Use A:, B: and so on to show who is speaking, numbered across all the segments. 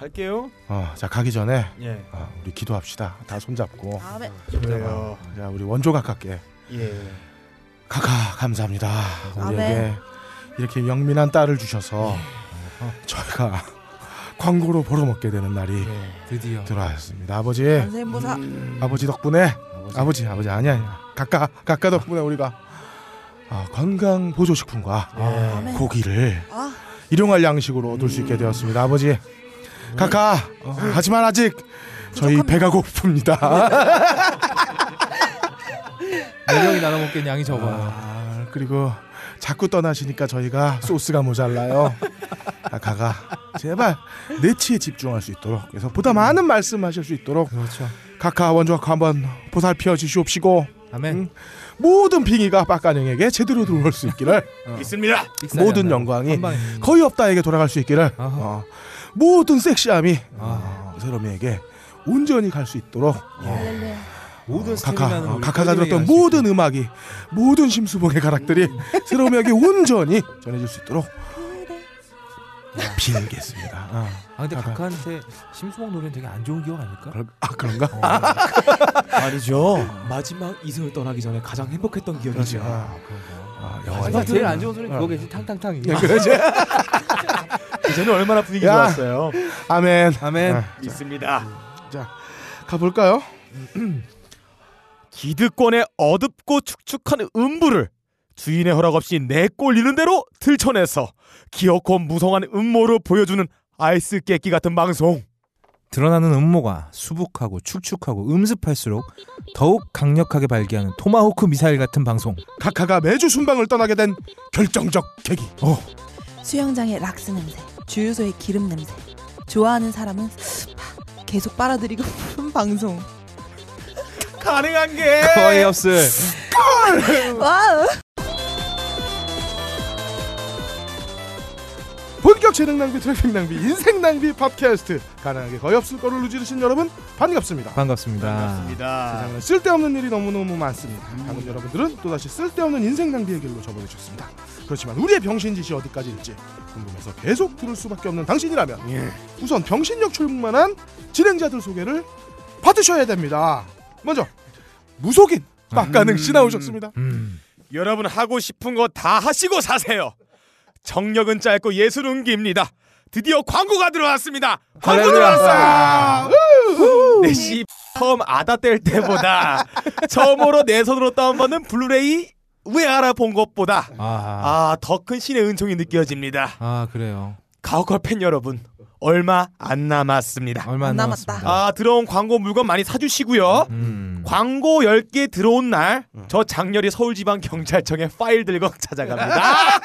A: 갈게요.
B: 어, 자 가기 전에
A: 예.
B: 아, 우리 기도합시다. 다 손잡고.
C: 아멘.
A: 그래요.
B: 자 우리 원조 각각께
A: 예.
B: 카카 감사합니다. 우리에게
C: 아멘.
B: 이렇게 영민한 딸을 주셔서
C: 예.
B: 어, 저희가 광고로 벌어먹게 되는 날이
C: 예.
D: 드디어
B: 들어왔습니다. 아버지,
C: 안세보사
B: 음.
A: 예.
B: 아버지 덕분에
D: 아버지,
B: 아버지, 아버지 아니야, 아니야. 각가 각가 덕분에 우리가 아, 건강 보조식품과
C: 아멘.
B: 고기를
C: 아,
B: 일용할 양식으로 얻을 수 있게 되었습니다. 아버지, 각가 어, 하지만 아직 저희
C: 예. 부족합니다.
B: 배가 고픕니다.
D: 네 명이 나눠 먹기엔 양이 적어요.
B: 아, 그리고 자꾸 떠나시니까 저희가 소스가 모자라요. 아가가 제발 내치에 집중할 수 있도록 그래서 보다 많은 말씀하실 수 있도록
D: 그렇죠.
B: 카카 원조학 한번 보살펴 주시옵시고
D: 아멘.
B: 음, 모든 빙의가 빡가능에게 제대로 들어올 수 있기를
A: 있습니다.
D: 삑사리
B: 모든
D: 안 나고
B: 영광이 음.
D: 한 방에.
B: 거의 없다에게 돌아갈 수 있기를
D: 아하.
B: 어, 모든 섹시함이
D: 아하.
B: 어, 세롬이에게 온전히 갈 수 있도록 어,
C: 할렐루야.
D: 모든
B: 각하,
D: 스태미나는
B: 어,
D: 우리
B: 각하가 들었던
D: 끊임이 갈수 음.
B: 모든 음악이 모든 심수봉의 가락들이 새로움에게 온전히 전해질 수 있도록 빌겠습니다. 아,
D: 있다. 아 근데
B: 각하.
D: 각하한테 심수봉 노래는 되게 안 좋은 기억 아닐까?
B: 그럴- 아, 그런가?
D: 어,
E: 아니죠. 마지막 이승을 떠나기 전에 가장 행복했던
A: 그렇죠.
E: 기억이죠.
B: 아, 아, 영화
D: 마지막 제일 안 좋은 소리는 그거겠지. 탕탕탕.
B: 그러지?
A: 이제는 얼마나 분위기
B: 야.
A: 좋았어요.
B: 아멘.
D: 아멘.
B: 아,
A: 있습니다.
B: 가볼까요?
A: 기득권의 어둡고 축축한 음부를 주인의 허락 없이 내 꼴리는 대로 들춰내서 기어코 무성한 음모로 보여주는 아이스 깨끼 같은 방송.
D: 드러나는 음모가 수북하고 축축하고 음습할수록 더욱 강력하게 발기하는 토마호크 미사일 같은 방송.
B: 각하가 매주 순방을 떠나게 된 결정적 계기. 어,
C: 수영장의 락스 냄새, 주유소의 기름 냄새. 좋아하는 사람은 파, 계속 빨아들이고 부른 방송.
A: 가능한 게
D: 거의 없을.
C: 와우.
B: 본격 재능 낭비, 트래핑 낭비, 인생 낭비 팝캐스트. 가능하게 거의 없을 거를 누지르신 여러분 반갑습니다.
D: 반갑습니다.
A: 반갑습니다.
B: 세상에는 쓸데없는 일이 너무너무 많습니다. 방금 여러분들은 또다시 쓸데없는 인생 낭비의 길로 저버리셨습니다. 그렇지만 우리의 병신짓이 어디까지 일지 궁금해서 계속 들을 수밖에 없는 당신이라면 우선 병신력 출국만한 진행자들 소개를 받으셔야 됩니다. 먼저 무속인 빡가능 씨 나오셨습니다.
D: 음.
A: 여러분 하고 싶은 거 다 하시고 사세요. 정력은 짧고 예술은 깁니다. 드디어 광고가 들어왔습니다. 광고 들어왔어요. 내시 처음 아다 뗄 때보다 처음으로 내 손으로 다운받는 블루레이 왜 알아본 것보다
D: 아. 아.
A: 아 더 큰 신의 은총이 느껴집니다.
D: 그래요.
A: 가오컬 팬 여러분 얼마 안 남았습니다.
D: 얼마 안
C: 안 남았다.
D: 남았습니다.
A: 아 들어온 광고 물건 많이 사주시고요.
D: 음.
A: 광고 10개 들어온 날 저 장렬히 서울지방경찰청에 파일 들고 찾아갑니다.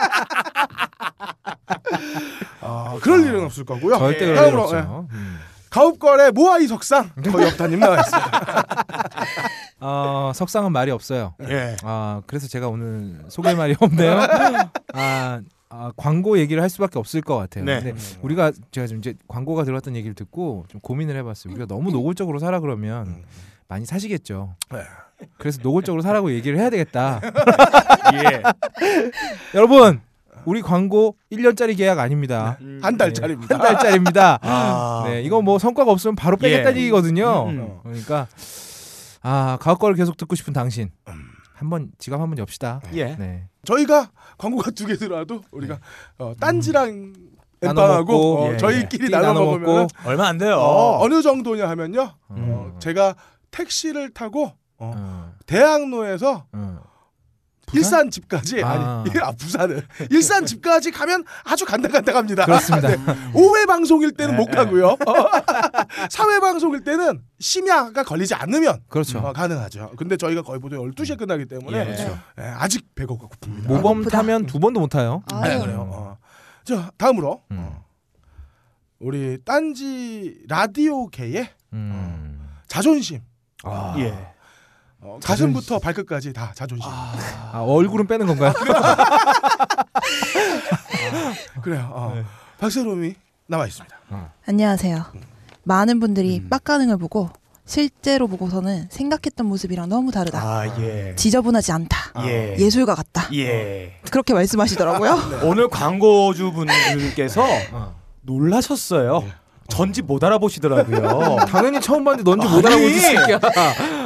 B: 아, 그럴 일은 없을 거고요.
D: 절대 그럴 일
B: 다음으로,
D: 없죠. 음.
B: 예, 가업걸의 모아이 석상 거의 없다님 나와 있습니다.
D: 어, 석상은 말이 없어요.
A: 예.
D: 아 그래서 제가 오늘 소개할 말이 없네요. 아, 아, 광고 얘기를 할 수밖에 없을 것 같아요.
A: 네.
D: 근데 우리가 제가 지금 이제 광고가 들어왔던 얘기를 듣고 좀 고민을 해봤어요. 우리가 너무 노골적으로 살아 그러면 많이 사시겠죠.
B: 네.
D: 그래서 노골적으로 사라고 얘기를 해야 되겠다.
A: 예.
D: 여러분, 우리 광고 1년짜리 계약 아닙니다.
A: 음.
B: 한 달짜리입니다.
D: 한 달짜리입니다.
A: 네. 아.
D: 네, 이거 뭐 성과가 없으면 바로 빼겠다는
A: 예.
D: 얘기거든요.
A: 음.
D: 그러니까 아 가옥 거를 계속 듣고 싶은 당신,
A: 음.
D: 한번 지갑 한번 엽시다.
A: 예.
D: 네.
B: 저희가 광고가 두 개 들어와도 우리가 어, 딴지랑
D: 나눠
B: 엠빵하고
D: 먹고,
B: 어,
A: 예,
B: 저희끼리
A: 예.
D: 띠
B: 나눠,
D: 나눠 먹고.
B: 먹으면
A: 얼마 안 돼요.
B: 어, 어느 정도냐 하면요 어,
D: 음.
B: 제가 택시를 타고 어,
D: 어,
B: 대학로에서
D: 어.
B: 일산 집까지 아. 니 아, 부산은 일산 집까지 가면 아주 간다간다합니다. 아, 네.
D: 그렇습니다.
B: 오회 방송일 때는
A: 네,
B: 못
A: 네.
B: 가고요. 어. 사회 방송일 때는 심야가 걸리지 않으면
D: 그렇죠.
B: 어, 가능하죠. 근데 저희가 거의 보통 12시에 끝나기 때문에
C: 네.
A: 예. 그렇죠.
B: 예, 아직 배고가 고픕니다.
D: 모범
C: 배고프다.
D: 타면 두 번도 못 타요.
B: 네,
C: 아유.
B: 그래요. 어. 자 다음으로
D: 음.
B: 어. 우리 딴지 라디오계의
D: 음.
B: 자존심
D: 아,
A: 예.
B: 어, 가슴부터 발끝까지 다 자존심
D: 아, 얼굴은 빼는 건가요?
B: 그래요. 어. 박세롬이 나와 있습니다.
C: 안녕하세요. 많은 분들이
B: 음.
C: 빡가능을 보고 실제로 보고서는 생각했던 모습이랑 너무 다르다.
A: 아,
B: 네.
A: 예.
C: 지저분하지 않다.
B: 아,
A: 예.
C: 예술가 같다.
A: 예.
C: 그렇게
A: 어.
C: 말씀하시더라고요.
A: 오늘 광고주분들께서
D: 어.
A: 놀라셨어요.
F: 전지 못 알아보시더라고요.
D: 당연히 처음 봤는데 넌지 못 알아보지 이 새끼야.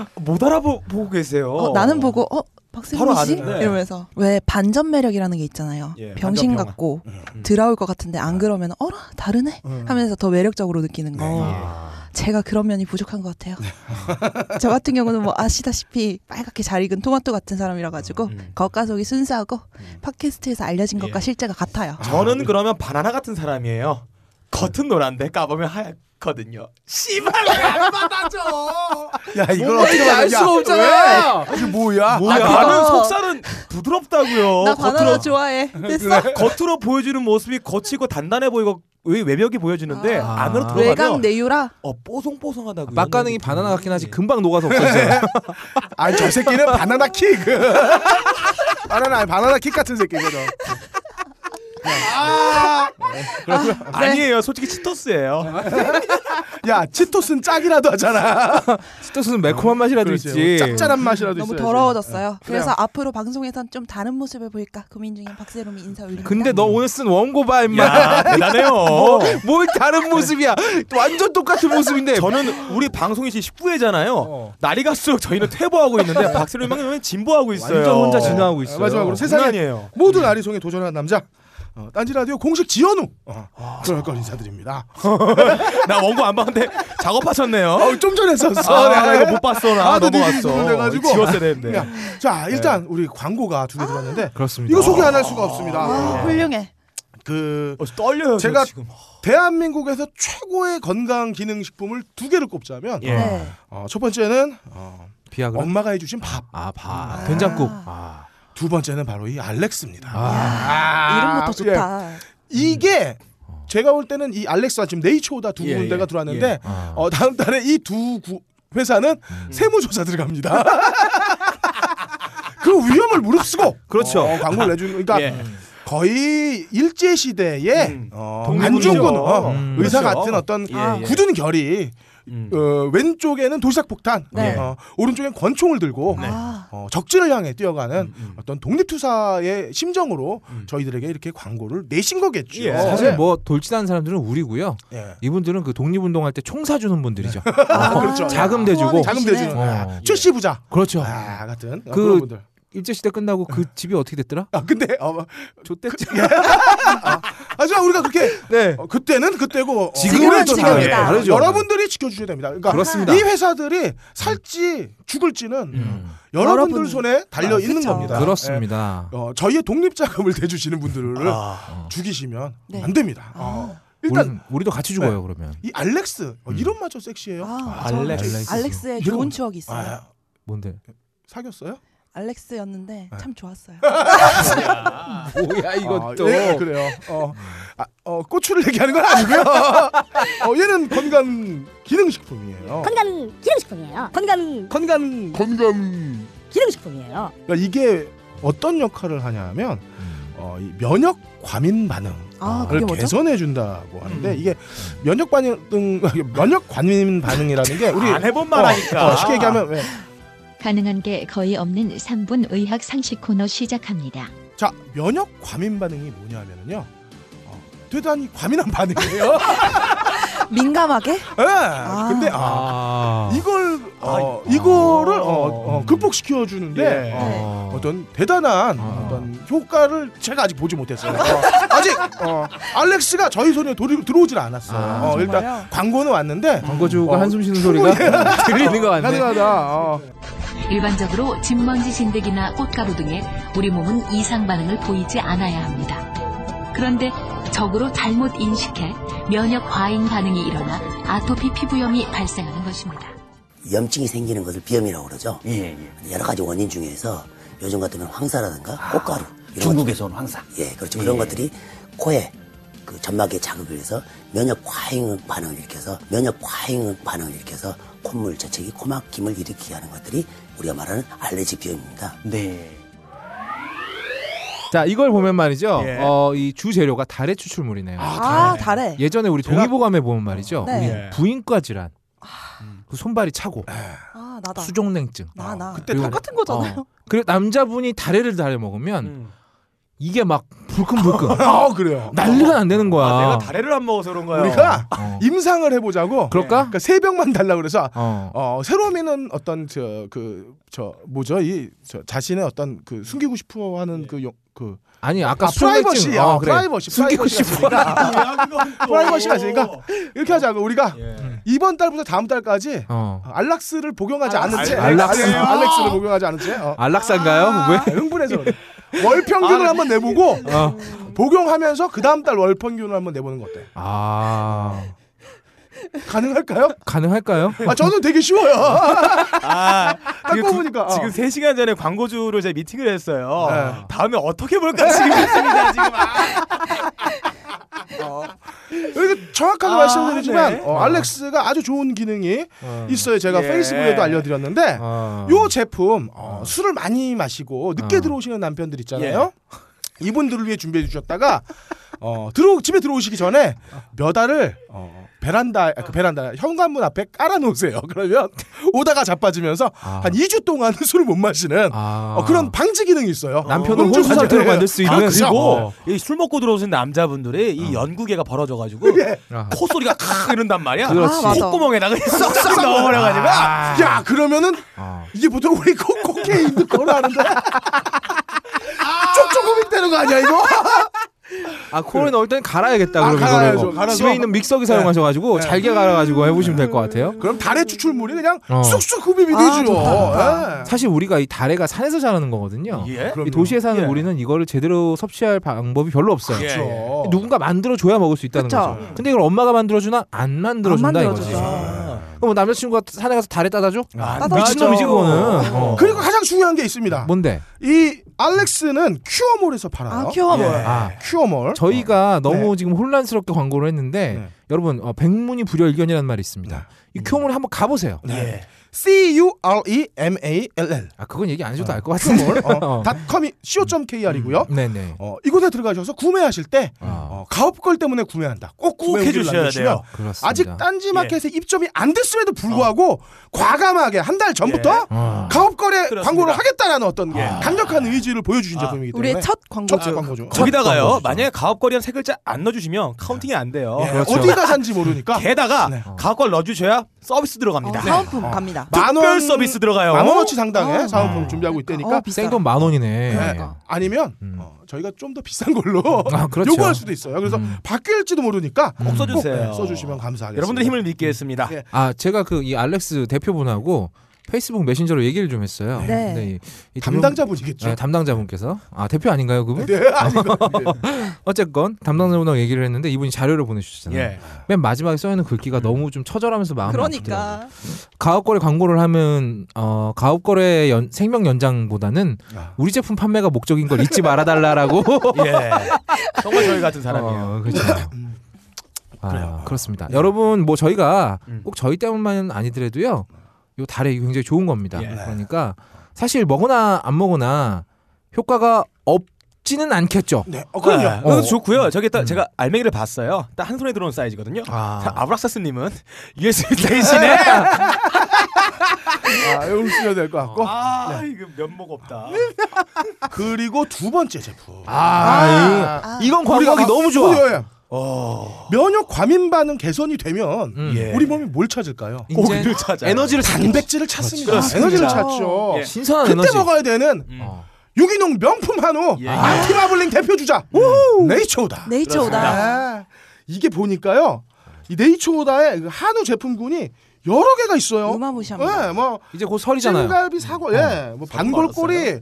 A: 못 알아보고 계세요.
C: 어, 나는 보고 어
A: 바로
C: 박승민 씨
A: 아는데.
C: 이러면서 왜 반전 매력이라는 게 있잖아요.
F: 예,
C: 병신
F: 반전병화.
C: 같고 들어올 것 같은데 안 그러면 어라 다르네 하면서 더 매력적으로 느끼는 거.
A: 네. 아. 예.
C: 제가 그런 면이 부족한 것 같아요. 저 같은 경우는 뭐 아시다시피 빨갛게 잘 익은 토마토 같은 사람이라 가지고 겉가속이 순수하고 팟캐스트에서 알려진 것과
F: 예.
C: 실제가 같아요.
F: 저는 그러면 바나나 같은 사람이에요.
A: 네.
F: 겉은 노란데 까보면 하얗거든요. 씨발 왜안 받아줘?
B: 야 이걸 어떻게
D: 이제 알 수가 없잖아.
B: 이게 뭐야?
F: 뭐야?
C: 나
F: 나는
C: 그거-
F: 속살은 부드럽다고요.
A: 어,
C: 나 바나나
F: 겉으로
C: 좋아해. 됐어.
F: 겉으로 보여주는 모습이 거치고 단단해 보이고 외- 외벽이 보여지는데
D: 아.
F: 안으로 들어가면
C: 외강 내유라
F: 어 뽀송뽀송하다고요.
D: 막가능이 바나나 같긴 하지 금방 녹아서
B: 네.
D: 없어져.
B: 아니 저 새끼는 바나나 킥. 바나나 바나나 킥 같은 새끼거든.
F: 음. 아니에요. 솔직히 치토스예요.
B: 야 치토스는 짝이라도 하잖아.
D: 치토스는 매콤한 맛이라도
B: 그렇지.
D: 있지.
B: 그렇죠. 짭짤한 맛이라도
C: 너무
B: 있어야지.
C: 더러워졌어요. 그래서 앞으로 방송에선 좀 다른 모습을 보일까 고민 중인 박세롬이 인사 올립니다.
D: 근데 너 오늘 쓴 원고 봐 임마.
F: 야 대단해요.
B: 어.
D: 뭘 다른 모습이야. 완전 똑같은 모습인데.
F: 저는 우리 방송이 지금 19회잖아요.
D: 어.
F: 날이 갈수록 저희는 퇴보하고 있는데 박세롬 형님은 진보하고 있어요.
D: 완전 혼자 진화하고 있어요.
B: 마지막으로 세상에
F: 장난이에요.
B: 모든 아리송에 도전한 남자. 어, 딴지 라디오 공식 지연우 어, 그럴 걸 인사드립니다.
F: 나 원고 안 봤는데 작업하셨네요.
B: 어, 좀 전에 썼어.
F: 아, 나 이거 못 봤어. 나
B: 아, 나
F: 넘어갔어.
B: 돼가지고.
F: 지웠어야
A: 네.
F: 되는데.
B: 야, 자 일단 우리 광고가 두 개 들어왔는데
D: 아, 그렇습니다.
B: 이거 소개 안 할 수가 없습니다.
C: 와, 아, 훌륭해.
B: 그
F: 어, 떨려요. 저
B: 제가-
F: 지금.
B: 대한민국에서 최고의 건강 기능 식품을 두 개를 꼽자면
F: 예.
C: 네.
B: 어, 첫 번째는 어,
D: 비아그라.
B: 엄마가 해주신 밥,
D: 아 봐.
C: 아.
D: 된장국. 아.
B: 두 번째는 바로 이 알렉스입니다.
F: 아.
C: 아, 이름부터
B: 예.
C: 좋다.
B: 이게 제가 볼 때는 이 알렉스와 지금 네이처오다 두
F: 예,
B: 군데가
F: 예.
B: 들어왔는데
F: 예. 음.
D: 아.
B: 어, 다음 달에 이 두 회사는 세무조사 들어갑니다. 그 위험을 무릅쓰고
D: 그렇죠.
B: 어, 광고를 내주는 그러니까
F: 예.
B: 거의 일제 시대의
F: 음.
B: 어, 안
F: 독립군이죠.
B: 좋은 건 어,
D: 음.
B: 의사
F: 그렇죠.
B: 같은 어떤
F: 예, 예.
B: 굳은 결이
D: 그
F: 음.
B: 어, 왼쪽에는 도시락 폭탄,
C: 네.
B: 어, 오른쪽엔 권총을 들고
C: 아,
B: 어, 적진을 향해 뛰어가는
F: 음, 음.
B: 어떤 독립투사의 심정으로 저희들에게 이렇게 광고를 내신 거겠죠.
F: 예.
D: 사실 뭐 돌진하는 사람들은 우리고요.
B: 예.
D: 이분들은 그 독립운동할 때 총 사주는 분들이죠. 어,
C: 아,
B: 그렇죠.
D: 자금 대주고.
C: 후원해
B: 자금
C: 주시네.
B: 대주는
D: 어.
B: 아, 출시 부자
D: 그렇죠.
B: 아, 같은 그,
D: 그-
B: 그런 분들.
D: 일제 시대 끝나고 그 집이 어떻게 됐더라? 예.
B: 아 근데 어,
D: 좋댔죠.
B: 하지만 우리가 그렇게
D: 네.
B: 어, 그때는 그때고 어,
C: 지금은
B: 또
C: 지금이다.
B: 다르죠.
D: 다르죠. 예,
B: 여러분들이 지켜주셔야 됩니다. 그러니까
D: 그렇습니다.
B: 이 회사들이 살지 죽을지는
D: 음.
B: 여러분들
C: 여러분이.
B: 손에 달려
C: 아,
B: 있는
C: 그쵸.
B: 겁니다.
D: 그렇습니다.
B: 예. 어, 저희의 독립 자금을 대주시는 분들을
F: 아,
B: 죽이시면
C: 네.
B: 안 됩니다. 어, 일단
F: 음.
D: 우린, 우리도 같이 죽어요 그러면.
B: 이 알렉스 어, 이름마저 섹시해요.
C: 아,
F: 알렉스.
C: 알렉스. 알렉스의
B: 이름-
C: 좋은 추억이 있어요.
B: 아,
D: 뭔데?
B: 사귀었어요?
F: 아,
C: 알렉스였는데 참 좋았어요.
B: 아,
D: 뭐야
F: 네,
B: 예, 그래요.
F: 음.
B: 어, 아, 어, 고추를 얘기하는 건 아니고요. 어, 얘는 건강 기능식품이에요.
C: 음.
G: 건강 기능식품이에요. 건강
B: 건강 건강.
G: 기능식품이에요.
B: 그러니까 이게 어떤 역할을 하냐면
F: 음.
B: 어, 이 면역 과민 반응을
C: 아, 그게 뭐죠?
B: 개선해 준다고 하는데
F: 음.
B: 이게 면역 반응 면역 과민 반응이라는 게 우리
F: 안 해본
B: 어,
F: 말하니까.
B: 어, 쉽게 얘기하면 왜?
H: 가능한 게 거의 없는 3분 의학 상식 코너 시작합니다.
B: 자 면역 과민 반응이 뭐냐면은요. 어, 대단히 과민한 반응이에요.
C: 민감하게?
B: 예. 근데 아,
D: 아.
B: 이걸 어,
F: 아,
B: 이거를
F: 어,
B: 어, 어,
F: 음.
B: 극복시켜 주는데
F: 예.
B: 어,
C: 네.
B: 어떤 대단한
D: 아.
B: 어떤 효과를 제가 아직 보지 못했어요. 어, 아직 어, 알렉스가 저희 손에 도리, 들어오질 않았어요.
D: 아,
B: 어, 일단
C: 정말요?
B: 광고는 왔는데
D: 광고주가
B: 어,
D: 한숨 쉬는 소리가 들리는 것 같네.
B: 가능하다. 어.
I: 일반적으로 진먼지 진드기나 꽃가루 등의 우리 몸은 이상 반응을 보이지 않아야 합니다. 그런데 적으로 잘못 인식해 면역 과잉 반응이 일어나 아토피 피부염이 발생하는 것입니다.
J: 염증이 생기는 것을 비염이라고 그러죠.
K: 예,
J: 근데 여러 가지 원인 중에서 요즘 같으면 황사라든가 꽃가루 이런
K: 아, 중국에서 온 황사.
J: 것들, 예 그렇죠 그런 것들이 코에 그 점막에 자극을 해서 면역 과잉 반응을 일으켜서 면역 과잉 반응을 일으켜서 콧물 재채기 코막힘을 일으키게 하는 것들이 우리가 말하는 알레르기 비염입니다.
K: 네.
D: 자 이걸 보면 말이죠.
F: 예.
D: 어, 이 주 재료가 달의 추출물이네요.
C: 아, 달에.
D: 예전에 우리 동의보감에 보면 말이죠.
C: 네.
F: 예.
D: 부인과 질환. 그 손발이 차고
C: 아, 나다.
D: 수족냉증.
C: 나, 나.
D: 그리고-
C: 똑같은 거잖아요.
B: 음.
D: 그리고 남자분이 다래를 달여 먹으면 이게 막 불끈불끈
B: 아 그래요.
D: 난리가 안 되는 거야.
B: 아,
F: 내가 다래를 안 먹어서 그런 거야.
B: 우리가
D: 어.
B: 임상을 해보자고.
D: 그럴까?
B: 그러니까 세 병만 달라 그래서
D: 어.
B: 어 새로미는 어떤 저 그 저 뭐죠 이 저 자신의 어떤 그 숨기고 싶어하는 그 용- 그
D: 예, 아니 아까
B: 아,
D: 수정했지.
B: 프라이버시,
D: 어,
B: 아,
D: 그래.
B: 프라이버시,
D: 숨기고
B: 프라이버시가
D: 싶어.
B: 프라이버시가 있으니까 음. 이렇게 하자고 우리가
F: 예.
B: 이번 달부터 다음 달까지
D: 예. 어.
B: 알락스를 복용하지 않은 채 예,
D: 알락스. 아.
B: 알락스- 알락스를 복용하지 않은 채 어.
D: 안락사인가요? 왜?
B: 흥분해서 그래. 월 평균을
D: 아.
B: 한번 내보고
D: 어.
B: 복용하면서 그 다음 달 월 평균을 한번 내보는 거 어때?
D: 아
B: 가능할까요?
D: 가능할까요?
B: 아 저는 되게 쉬워요.
F: 아,
B: 딱
F: 지금 구-
B: 뽑으니까, 어.
F: 지금 3시간 전에 광고주로 제가 미팅을 했어요.
B: 네.
F: 다음에 어떻게 볼까 지금 했습니다. 지금 아,
B: 이렇게
D: 아,
B: 정확하게 말씀드리지만
D: 네.
B: 어, 알렉스가 아주 좋은 기능이
D: 아.
B: 있어요. 제가
F: 예.
B: 페이스북에도 알려드렸는데
D: 어.
B: 요 제품
D: 아.
B: 어, 술을 많이 마시고 늦게 들어오시는 남편들 있잖아요.
D: 예.
B: 이분들을 위해 준비해 주셨다가 어, 들어 집에 들어오시기 전에 몇 알을 어, 베란다 아, 그 베란다 현관문 앞에 깔아놓으세요. 그러면 오다가 자빠지면서
D: 아.
B: 한 2주 동안 술을 못 마시는
D: 아.
B: 어, 그런 방지 기능이 있어요.
D: 남편을
B: 음주 그렇죠.
D: 혼수 상태로
B: 관절.
D: 만들 수 있는
F: 아, 그리고
D: 어.
F: 이술 먹고 들어오신 남자분들이 이 연구개가 벌어져가지고
D: 아.
F: 콧소리가 칵 이런단 말이야.
D: 그렇지.
C: 아, 맞아.
F: 콧구멍에다가 쏙쏙 넣어버려가지고
B: 아, 야 그러면은
D: 아.
B: 이게 보통 우리 코, 코케인 거로 하는데 쪽쪽금 있다는 거 아니야 이거?
D: 아 코를 넣을 땐 갈아야겠다.
B: 아,
D: 그럼
B: 갈아야죠.
D: 이거를
B: 갈아서. 네.
D: 집에 있는 믹서기 사용하셔가지고 잘게 갈아가지고 해보시면 될 것 같아요.
B: 그럼 달의 추출물이 그냥
D: 어.
B: 쑥쑥 흡입이 되죠. 예.
D: 사실 우리가 이 다래가 산에서 자라는 거거든요.
F: 예?
D: 이 도시에 사는
F: 예.
D: 우리는 이거를 제대로 섭취할 방법이 별로 없어요.
F: 예.
B: 그렇죠.
D: 누군가 만들어 줘야 먹을 수 있다는
C: 그쵸.
D: 거죠. 근데 이걸 엄마가 만들어 주나 안 만들어
C: 안
D: 준다 이거지.
C: 만들어주죠.
D: 그럼 뭐 남자친구가 산에 가서 다래 따다 줘?
F: 아,
C: 따다
D: 미친놈이지
F: 맞아.
D: 그거는. 어.
B: 그리고 가장 중요한 게 있습니다.
D: 뭔데?
B: 이 알렉스는 큐어몰에서 팔아요.
C: 아 귀여워.
F: 예.
D: 아
B: 큐어몰.
D: 저희가 너무 지금 혼란스럽게 광고를 했는데
B: 네.
D: 여러분 어, 백문이 불여일견이라는 말이 있습니다. 이 큐어몰에 한번 가보세요.
F: 예.
B: 네. C U R E M A L L.
D: 아 그건 얘기 안 해줘도 알 것 같은데. 어. 음,
B: 닷컴이 co.kr이고요.
D: 네네.
B: 어, 이곳에 들어가셔서 구매하실 때
D: 아,
B: 어, 가업걸 때문에 구매한다. 꼭
F: 꼭 해주셔야 돼요.
D: 그렇습니다.
B: 아직 딴지마켓에 입점이 안 됐음에도 불구하고 과감하게 한 달 전부터 어.
D: 아.
B: 가업거래
F: 그렇습니다.
B: 광고를 하겠다라는 어떤 강력한 의지를 보여주신 제품이기 때문에
C: 우리의 아,
B: 첫
C: 첫 광고죠.
B: 광고죠.
F: 아, 거기다가요.
B: 광고죠.
F: 만약에 가업거리한 세 글자 안 넣어주시면 카운팅이 안 돼요.
B: 예,
D: 그렇죠.
B: 어디다 산지 모르니까
F: 게다가
B: 네.
F: 가업걸 넣어주셔야 서비스 들어갑니다.
C: 어, 사은품 갑니다.
F: 특별 서비스 들어가요.
B: 만 원어치 상당의
C: 어.
B: 사은품 준비하고 있다니까
C: 어, 비싸.
D: 생돈 만 원이네.
B: 네. 아니면
D: 음.
B: 어, 저희가 좀 더 비싼 걸로
D: 아, 그렇죠.
B: 요구할 수도 있어요. 그래서
D: 음.
B: 바뀔지도 모르니까
F: 꼭 써주세요.
B: 네, 써주시면 감사하겠습니다.
F: 여러분들 힘을 믿게 했습니다.
B: 예.
D: 아 제가 그 이 알렉스 대표분하고 페이스북 메신저로 얘기를 좀 했어요.
C: 네.
D: 근데 이, 이
B: 담당자분이겠죠.
D: 네, 담당자분께서 아 대표 아닌가요 그분?
B: 네, 아닌가. 네.
D: 어쨌건 담당자분하고 얘기를 했는데 이분이 자료를 보내주셨잖아요.
F: 예.
D: 맨 마지막에 써있는
B: 음.
D: 글귀가 너무 좀 처절하면서 마음이 아프더라고요.
C: 그러니까
D: 가업거래 광고를 하면 어, 가업거래 연, 생명 연장보다는
B: 아.
D: 우리 제품 판매가 목적인 걸 잊지 말아달라라고
F: 예. 정말 저희 같은 사람이에요.
D: 어, 그렇죠. 아, 그렇습니다. 여러분 뭐 저희가 꼭 저희 때문만은 아니더라도요. 요 달에 이거 굉장히 좋은 겁니다.
F: 예.
D: 그러니까 사실 먹으나 안 먹으나 효과가 없지는 않겠죠.
B: 네, 어, 음. 그럼요.
F: 예. 그것도
D: 어.
F: 좋고요. 저기 딱 제가 알맹이를 봤어요. 딱 한 손에 들어온 사이즈거든요.
D: 아.
F: 자, 아브락사스님은 USB
B: 네.
F: 대신에
B: 아, 이거 쓰셔야 될 것 같고.
F: 아
B: 네.
F: 이거 면목 없다.
B: 그리고 두 번째 제품.
D: 아, 이- 이건 광고하기 너무 좋아.
B: 예.
A: 어,
B: 면역 과민 반응 개선이 되면
D: 음.
F: 예.
B: 우리 몸이 뭘 찾을까요?
D: 이제
F: 고기를 찾아.
D: 에너지를 단백
B: 단백질을 찾습니다.
F: 그렇습니다.
B: 에너지를 찾죠.
F: 예.
D: 신선한
B: 그때
D: 에너지.
B: 먹어야 되는
D: 어.
B: 유기농 명품 한우
F: 예.
B: 안티마블링 대표 주자
D: 음.
B: 우후! 네이처오다.
C: 네이처오다.
B: 아, 이게 보니까요. 이 네이처오다의 그 한우 제품군이 여러 개가 있어요.
C: 어마무시합니다.
B: 예, 뭐
D: 이제 곧 설이잖아요.
B: 찜갈비 사골, 예, 뭐 반골꼬리,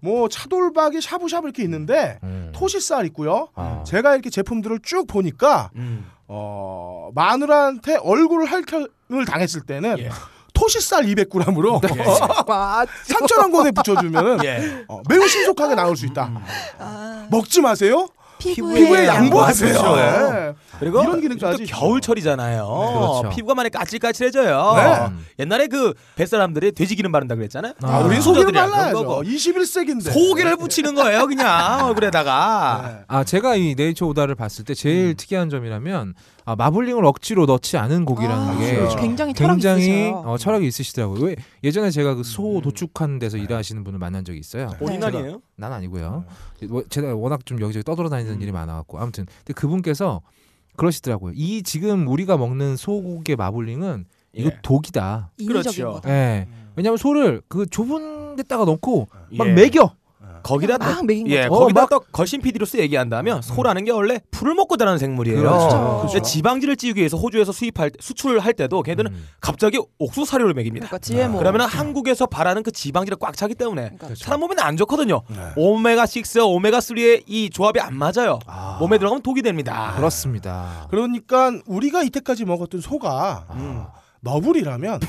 B: 뭐 차돌박이 샤브샤브 이렇게 있는데
D: 음.
B: 토시살 있고요.
D: 아.
B: 제가 이렇게 제품들을 쭉 보니까
F: 음.
B: 어, 마누라한테 얼굴을 할켜을 당했을 때는
F: 예.
B: 토시살 200g으로
C: 와,
B: 3,000원 권에 붙여주면
F: 예.
B: 어, 매우 신속하게 나올 수 있다.
C: 아, 네.
B: 먹지 마세요.
C: 피부에, 예,
B: 피부에 양보하세요.
F: 양보하세요.
B: 네.
A: 그리고
B: 이런 네, 기능까지
A: 또
B: 있죠.
A: 겨울철이잖아요.
D: 그렇죠.
A: 피부가 많이 까칠까칠해져요.
B: 네.
A: 옛날에 그 뱃사람들이 돼지기름 바른다 그랬잖아요.
D: 아, 우린
B: 소개를
A: 소녀들이랑 그런
B: 발라야죠. 네.
A: 거고.
B: 21세기인데.
A: 소개를 붙이는 거예요, 그냥 얼굴에다가.
B: 네.
D: 아 제가 이 네이처 오다를 봤을 때 제일 특이한 점이라면 아, 마블링을 억지로 넣지 않은 곡이라는
C: 아,
D: 게
B: 그렇죠.
C: 굉장히 철학이
D: 굉장히
C: 있으세요.
D: 어, 철학이 있으시더라고요. 왜 예전에 제가 그 소 도축하는 데서 일하시는 분을 만난 적이 있어요.
A: 본인
C: 네.
A: 아니에요?
D: 난 아니고요. 워- 제가 워낙 좀 여기저기 떠돌아다니는 일이 많아갖고 아무튼 근데 그분께서 그러시더라고요. 이 지금 우리가 먹는 소고기의 마블링은 이거
A: 예.
D: 독이다.
C: 인위적인
A: 그렇죠.
C: 거다.
D: 예. 왜냐면 소를 그 좁은 데다가 넣고 막
A: 예.
D: 먹여.
A: 거기다
C: 막 먹인 거죠.
A: 예,
D: 어,
A: 거기다
D: 막-
A: 또 거신 PD로서 얘기한다면 소라는 게 원래 풀을 먹고 자라는 생물이에요.
D: 음. 그렇죠.
A: 근데 지방지를 찌우기 위해서 호주에서 수입할 때- 수출을 할 때도 걔들은
D: 음.
A: 갑자기 옥수 사료를 먹입니다.
C: 그러니까 GMO.
A: 그러면 한국에서 바라는 그 지방질이 꽉 차기 때문에
C: 그러니까
A: 사람 몸에는 안 좋거든요.
D: 네.
A: 오메가 6, 오메가 3의 이 조합이 안 맞아요. 몸에 들어가면 독이
D: 아,
A: 됩니다.
D: 그렇습니다.
B: 그러니까 우리가 이때까지 먹었던 소가
D: 음.
B: 너블이라면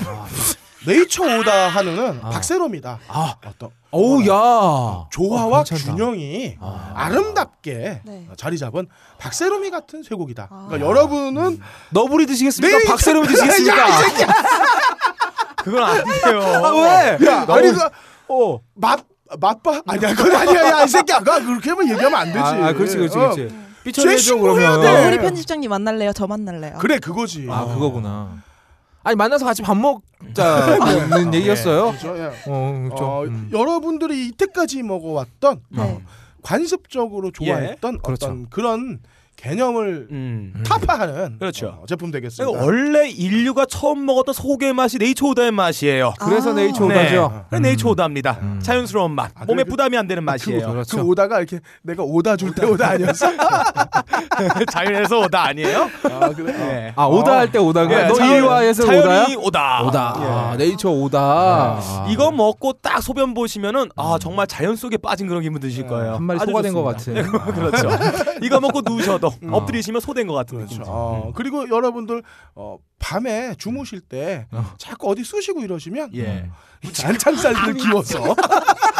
B: 네이처 오다 한우는
D: 아.
B: 박세롬이다.
D: 아.
B: 어떤
D: 어우 야.
B: 조화와
D: 어, 괜찮다.
B: 균형이
D: 아.
B: 아름답게
C: 네.
B: 자리 잡은 박세롬이 같은 쇠고기다.
C: 아.
B: 그러니까 여러분은
D: 너블이 드시겠습니까?
B: 네,
D: 박세롬이 드시겠습니까? 아,
A: 그건 안 돼요.
D: 왜?
B: 야, 아니 그러니까 그맛
D: 어.
B: 맛봐 아니야 그건 아니야 야이 새끼야 그 그렇게 하면 얘기하면 안 되지.
D: 아, 아, 그렇지 그렇지
B: 어.
D: 그렇지.
B: 제
D: 삐처리해줘 그러면.
B: 친구야, 네.
C: 어, 우리 편집장님 만날래요? 저 만날래요?
B: 그래 그거지.
D: 아 그거구나. 아니 만나서 같이 밥 아, 네. 먹자는 얘기였어요.
B: 그죠? 예.
D: 어,
A: 그렇죠.
D: 좀,
B: 어,
D: 음.
B: 여러분들이 이때까지 먹어왔던
C: 네.
B: 관습적으로 좋아했던
D: 그렇죠.
B: 어떤 그런 개념을
A: 예. 음.
B: 타파하는
A: 그렇죠.
B: 어, 제품 되겠습니다.
A: 그러니까 원래 인류가 처음 먹었던 소고기의 맛이 네이처 오다의 맛이에요.
D: 그래서
C: 아.
D: 네이처 오다죠.
A: 네. 네이처 오다입니다.
D: 음.
A: 자연스러운 맛.
B: 아,
A: 몸에
B: 그리고-
A: 부담이 안 되는
D: 그거
A: 맛이에요.
B: 그
D: 그렇죠.
B: 오다가 이렇게 내가 오다 줄 때 오다 아니었어?
A: 자연에서 오다 아니에요?
B: 아, 그래?
A: 네.
D: 아 오다 할 때 오다가
A: 예,
D: 너
A: 자연-
D: 일화에서 오다야?
A: 자연이 오다.
D: 오다.
A: 예. 네.
D: 아, 네이처 오다. 아.
A: 이거 먹고 딱 소변 보시면은 아 정말 자연 속에 빠진 그런 기분 드실 거예요.
D: 음. 네, 한 마리
A: 아주
D: 소가 된 것 음.
A: 좋습니다.
D: 같은.
A: 그렇죠. 이거 먹고 누우셔도 엎드리시면 소된 것 같은
B: 그렇죠.
A: 느낌.
B: 어, 그리고 여러분들 어, 밤에 주무실 때 자꾸 어디 쑤시고 이러시면
A: 음.
B: 음,
A: 예. 아,
B: 안창살들 기워서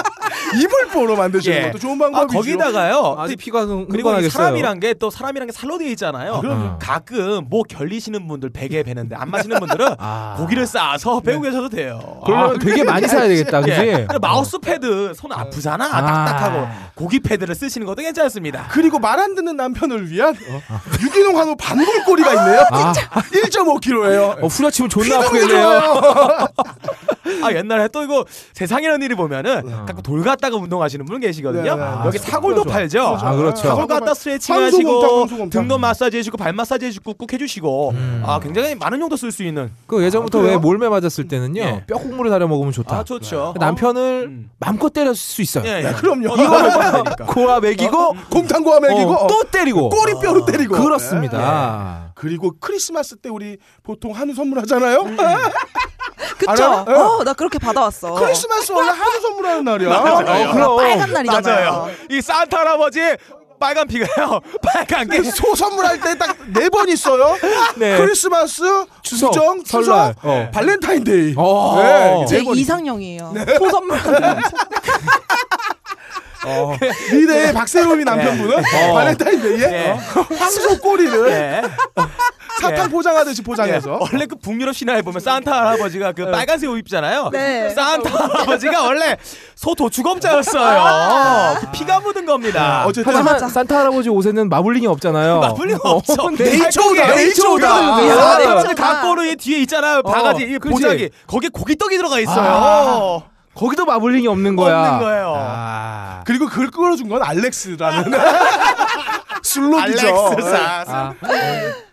B: 이불 보로 만드시는
A: 예.
B: 것도 좋은
A: 아
B: 방법이죠.
A: 거기다가요.
D: 어, 아직 피가 흥-
A: 그리고 이
D: 흥건하겠어요.
A: 사람이란 게 또 사람이란 게 살로 되어 있잖아요.
B: 아, 그럼요.
D: 어.
A: 가끔 뭐 결리시는 분들 베개에 베는데 안 마시는 분들은
D: 아.
A: 고기를 싸서 베고 계셔도 돼요.
D: 아, 되게 많이 사야 되겠다, 그지?
A: 예. 근데 마우스 패드 손 아프잖아.
D: 아.
A: 딱딱하고 고기 패드를 쓰시는 것도 괜찮습니다.
B: 그리고 말 안 듣는 남편을 위한 어, 유기농 한우 반골꼬리가 있네요.
A: 아,
B: 1.5kg예요.
D: 아, 어, 후려치면 존나 아프겠네요.
B: 좋아요.
A: 아 옛날에 또 이거 세상이라는 일이 보면은 가끔 돌 갔다가 운동하시는 분 계시거든요.
B: 네, 네, 네.
A: 여기 사골도 팔죠.
D: 아, 그렇죠.
A: 사골 갖다 스트레칭 하시고 등도 마사지 해주고 발 마사지 해주고 꾹 해주시고 아 굉장히 많은 용도 쓸 수 있는
D: 그 예전부터
B: 아, 그래요?
D: 왜 몰매 맞았을 때는요
A: 예.
D: 뼈 국물을 달여 먹으면 좋다.
A: 아 좋죠.
D: 그 남편을
A: 음.
D: 마음껏 때릴 수 있어요.
A: 예, 어. 예.
B: 그럼요.
A: 이거를 봐야 되니까.
D: 고아 먹이고
B: 곰탕과 먹이고
D: 어, 또 때리고
B: 꼬리뼈로 때리고 네.
D: 그렇습니다.
B: 그리고 크리스마스 때 우리 보통 한우 선물하잖아요.
D: 음.
C: 그쵸?
B: 알아요? 예.
C: 어, 나 그렇게 받아왔어.
B: 크리스마스 원래 한우 선물하는 날이야.
D: 어, 그럼
C: 빨간 날이잖아요.
A: 맞아요. 이 산타 할아버지 빨간 피가요. 빨간 게
C: 네.
B: 소 선물할 때 딱 네 번 있어요.
D: 네.
B: 크리스마스,
D: 추석,
B: 추정, 추석,
D: 설날, 어.
B: 발렌타인데이.
D: 어.
B: 네,
C: 제
B: 네 번.
C: 이상형이에요. 소선물 하는
D: 어.
B: 미래의 박세롬이 남편분은
D: 네.
B: 발렌타인데이에
A: 예.
B: 황소 꼬리를
A: 예.
D: 네.
B: 사탕 포장하듯이
A: 예.
B: 포장해서 네.
A: 원래 그 북유럽 신화에 보면 산타 할아버지가 그 빨간색 옷 입잖아요.
C: 네.
A: 산타 할아버지가 원래 소 도축업자였어요.
C: 아.
A: 그 피가 묻은 겁니다.
B: 네. 어쨌든
D: 하지만 산타 할아버지 옷에는 마블링이 없잖아요.
A: 예. 마블링 없어.
B: 네이처다. 어, 네이처다.
A: 이
C: 아,
A: 할아버지
C: 네이처다.
A: 각고르 뒤에 있잖아요. 바가지 이
D: 그렇지.
A: 보자기 거기에 고기떡이 들어가 있어요.
D: 아. 거기도 마블링이 없는 거야.
A: 없는 거예요.
D: 아.
B: 그리고 그걸 끌어준 건 알렉스라는 술록이죠. 네.
A: 알렉스 사.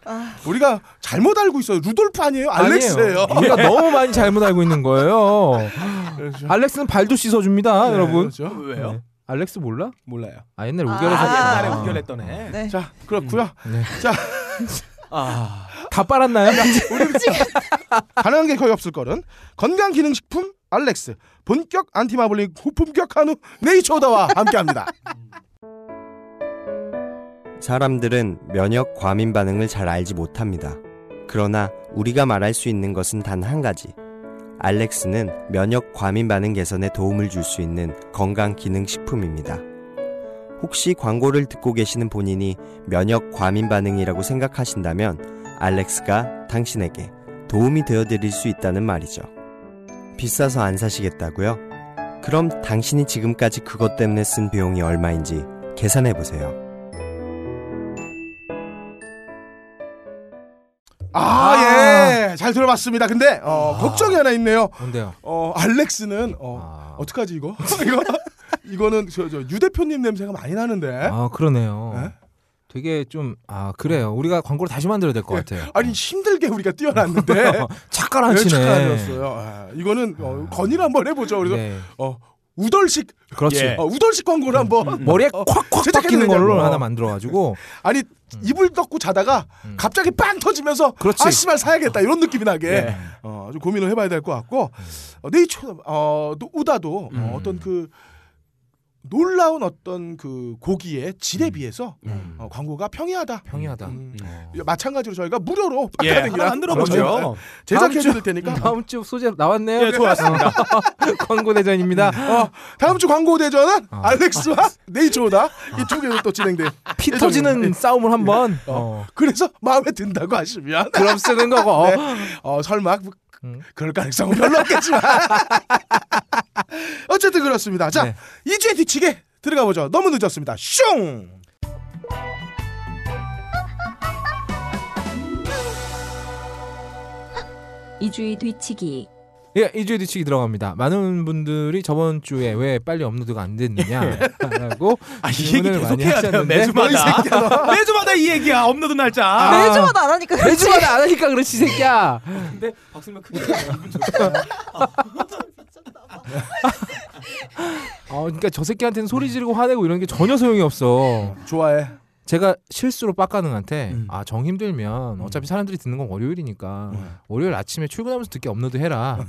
D: 아.
B: 우리가 잘못 알고 있어요. 루돌프 아니에요? 알렉스예요.
D: 아니에요. 우리가 너무 많이 잘못 알고 있는 거예요. 알렉스는 발도 씻어줍니다, 여러분.
B: 그렇죠.
A: 왜요?
D: 네. 알렉스 몰라?
A: 몰라요.
D: 아 옛날
A: 아,
D: 우결에서
A: 옛날에 우결했던 애.
C: 네.
B: 자 그렇고요.
D: 네.
B: 자
A: 아,
D: 다 빨았나요?
B: 네. 가능한 게 거의 없을 거는 건강 기능 식품 알렉스 본격 안티마블링 고품격 한우 네이처다와 함께합니다.
K: 사람들은 면역 과민 반응을 잘 알지 못합니다. 그러나 우리가 말할 수 있는 것은 단 한 가지. 알렉스는 면역 과민 반응 개선에 도움을 줄 수 있는 건강 기능 식품입니다. 혹시 광고를 듣고 계시는 본인이 면역 과민 반응이라고 생각하신다면 알렉스가 당신에게 도움이 되어 드릴 수 있다는 말이죠. 비싸서 안 사시겠다고요? 그럼 당신이 지금까지 그것 때문에 쓴 비용이 얼마인지 계산해 보세요.
B: 아, 예. 잘 들어봤습니다. 근데 어, 걱정이 하나 있네요.
D: 뭔데요?
B: 어, 알렉스는 어, 어떡하지 이거? 이거 이거는 저, 저, 유 대표님 냄새가 많이 나는데.
D: 아 그러네요. 되게 좀 아 그래요. 우리가 광고를 다시 만들어야 될 것 같아요.
B: 예. 아니 힘들게 우리가 뛰어났는데
D: 착가랑 치네.
B: 착가랑이었어요. 아, 이거는 어, 건의를 한번 해보죠. 그래서
D: 네.
B: 어 우덜식
D: 그렇지. 음,
B: 어, 우덜식 광고를 한번
D: 머리에
B: 어, 뭐.
D: 콱콱
B: 제작해야
D: 박히는 걸로
B: 되냐고.
D: 하나 만들어가지고
B: 아니 이불 덮고 자다가 갑자기 빵 터지면서
D: 음. 그렇지.
B: 아 씨발 사야겠다 이런 느낌이 나게
D: 네.
B: 어, 아주 고민을 해봐야 될 것 같고 어, 네이처 어, 또 우다도
D: 음.
B: 어, 어떤 그 놀라운 어떤 그 고기의
D: 음.
B: 질에 비해서 어, 광고가 평이하다.
D: 평이하다.
B: 음.
D: 어.
B: 마찬가지로 저희가 무료로
D: 예,
B: 빡가는
D: 하나 만들어보죠.
B: 제작해
D: 다음
B: 드릴
D: 주-
B: 테니까
D: 다음 주 소재 나왔네요.
B: 예, 좋았습니다.
D: 광고 대전입니다.
F: 예,
B: 어, 다음 주 광고 대전은
D: 아.
B: 알렉스와 네이처다 이두 개로 또 진행돼요. 예.
D: 피
F: 예.
D: 터지는 싸움을 한번.
F: 어.
D: 어,
B: 그래서 마음에 든다고 하시면
D: 그럼 쓰는 거고.
F: 네.
B: 어, 설마 뭐,
D: 음.
B: 그럴 가능성은 별로 없겠지만 어쨌든 그렇습니다.
D: 네.
B: 자, 이주의 뒤치게 들어가 보죠. 너무 늦었습니다. 슝.
I: 이주의 뒤치기
D: 예, 2주의 뒤치기 들어갑니다. 많은 분들이 저번 주에 왜 빨리 업로드가 안 됐느냐라고
F: 예. 아, 이 얘기
D: 질문을 많이 아,
F: 계속해야 돼요.
D: 하셨는데
F: 매주마다. 매주마다 이 얘기야. 업로드 날짜.
B: 아.
C: 매주마다 안 하니까 그렇지.
D: 매주마다 안 하니까 그렇지 새끼야.
F: 근데 박수면 크게
D: 어, 그러니까 저 새끼한테는 소리 지르고 화내고 이런 게 전혀 소용이 없어.
B: 좋아해.
D: 제가 실수로 빡가능한테
B: 음.
D: 아 정 힘들면 어차피 사람들이 듣는 건 월요일이니까
B: 음.
D: 월요일 아침에 출근하면서 듣게 업로드 해라.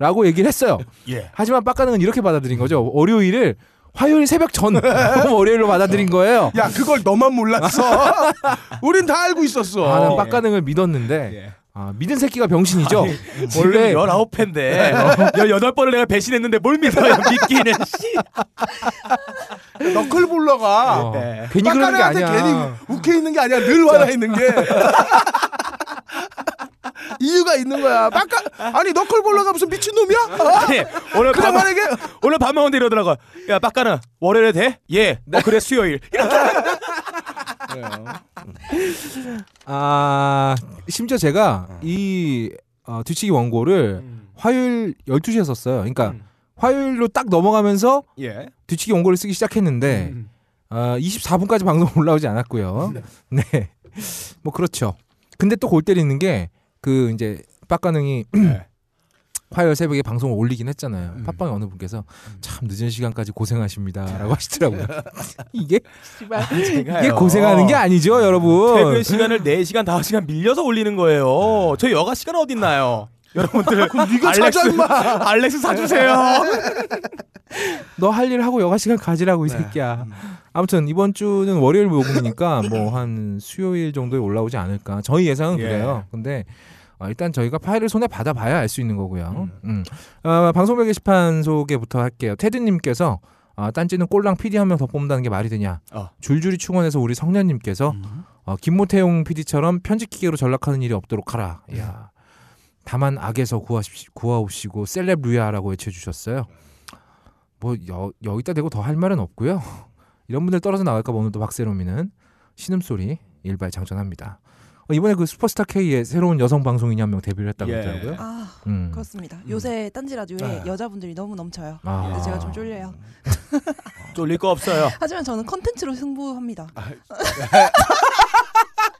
D: 라고 얘기를 했어요.
B: 예.
D: 하지만 빡가능은 이렇게 받아들인 거죠. 월요일을 화요일 새벽 전 월요일로 받아들인 거예요.
B: 야 그걸 너만 몰랐어. 우린 다 알고 있었어. 예.
D: 아, 난 빡가능을 믿었는데 아, 믿은 새끼가 병신이죠.
F: 원래
D: 네,
F: 19회인데
D: 어.
F: 18번을 내가 배신했는데 뭘 믿어요. 믿기는 씨.
B: 예. 너클볼러가
F: 어.
B: 네.
F: 괜히 그러는 게
B: 빡가능한테
F: 아니야.
B: 괜히 욱해 있는 게 아니야. 늘 화나 있는 게. 이유가 있는 거야. 빡가 아니 너클볼러가 무슨 미친 놈이야?
F: 아니, 네, 오늘
B: 그냥
F: 밥
B: 말하게
F: 오늘 밥 먹는데 이러더라고. 야, 빡가나. 월요일에 돼? 예. 어, 그래 수요일.
D: 아 심지어 제가 이 어, 뒤치기 원고를
B: 음.
D: 화요일 12시에 썼어요. 그러니까 화요일로 딱 넘어가면서
F: 예.
D: 뒤치기 원고를 쓰기 시작했는데
F: 음,
D: 아 24분까지 방송 올라오지 않았고요. 네. 뭐 그렇죠. 근데 또 골 때리는 게 그 이제 빡가능이
F: 네.
D: 화요일 새벽에 방송을 올리긴 했잖아요.
F: 음.
D: 팟빵에 어느 분께서 참 늦은 시간까지 고생하십니다라고 하시더라고요. 이게 이게 고생하는 게 아니죠, 여러분.
F: 어. 퇴근 시간을 4시간, 5시간 밀려서 올리는 거예요. 저 여가 시간 어딨나요? 여러분들
B: 그럼 네가
F: 알렉스,
B: 찾아, 임마.
F: 알렉스 사주세요.
D: 너 할 일 하고 여가 시간 가지라고
F: 네.
D: 이 새끼야.
F: 음.
D: 아무튼 이번 주는 월요일 녹음이니까 뭐 한 수요일 정도에 올라오지 않을까. 저희 예상은
F: 예.
D: 그래요. 근데 어, 일단 저희가 파일을 손에 받아봐야 알 수 있는 거고요. 음. 어, 방송별 게시판 소개부터 할게요. 테드님께서 아, 딴지는 꼴랑 PD 한 명 더 뽑는다는 게 말이 되냐.
F: 어.
D: 줄줄이 충원해서 우리 성년님께서 어, 김모태용 PD처럼 편집 기계로 전락하는 일이 없도록 하라. 야. 다만 악에서 구하십시, 구하옵시고 셀렙 루야라고 외쳐주셨어요. 뭐 여, 여기다 대고 더 할 말은 없고요. 이런 분들 떨어져 나갈까 봐 오늘도 박세롬이는 신음소리 일발 장전합니다. 어, 이번에 그 슈퍼스타 K의 새로운 여성 방송인이 한 명 데뷔를 했다고
F: 예.
D: 하더라고요.
C: 아
D: 음.
C: 그렇습니다. 요새 딴지
B: 네.
C: 라디오에 여자분들이 너무 넘쳐요.
D: 아.
C: 근데 제가 좀 쫄려요.
F: 쫄릴 거 없어요.
C: 하지만 저는 컨텐츠로 승부합니다.
B: 아,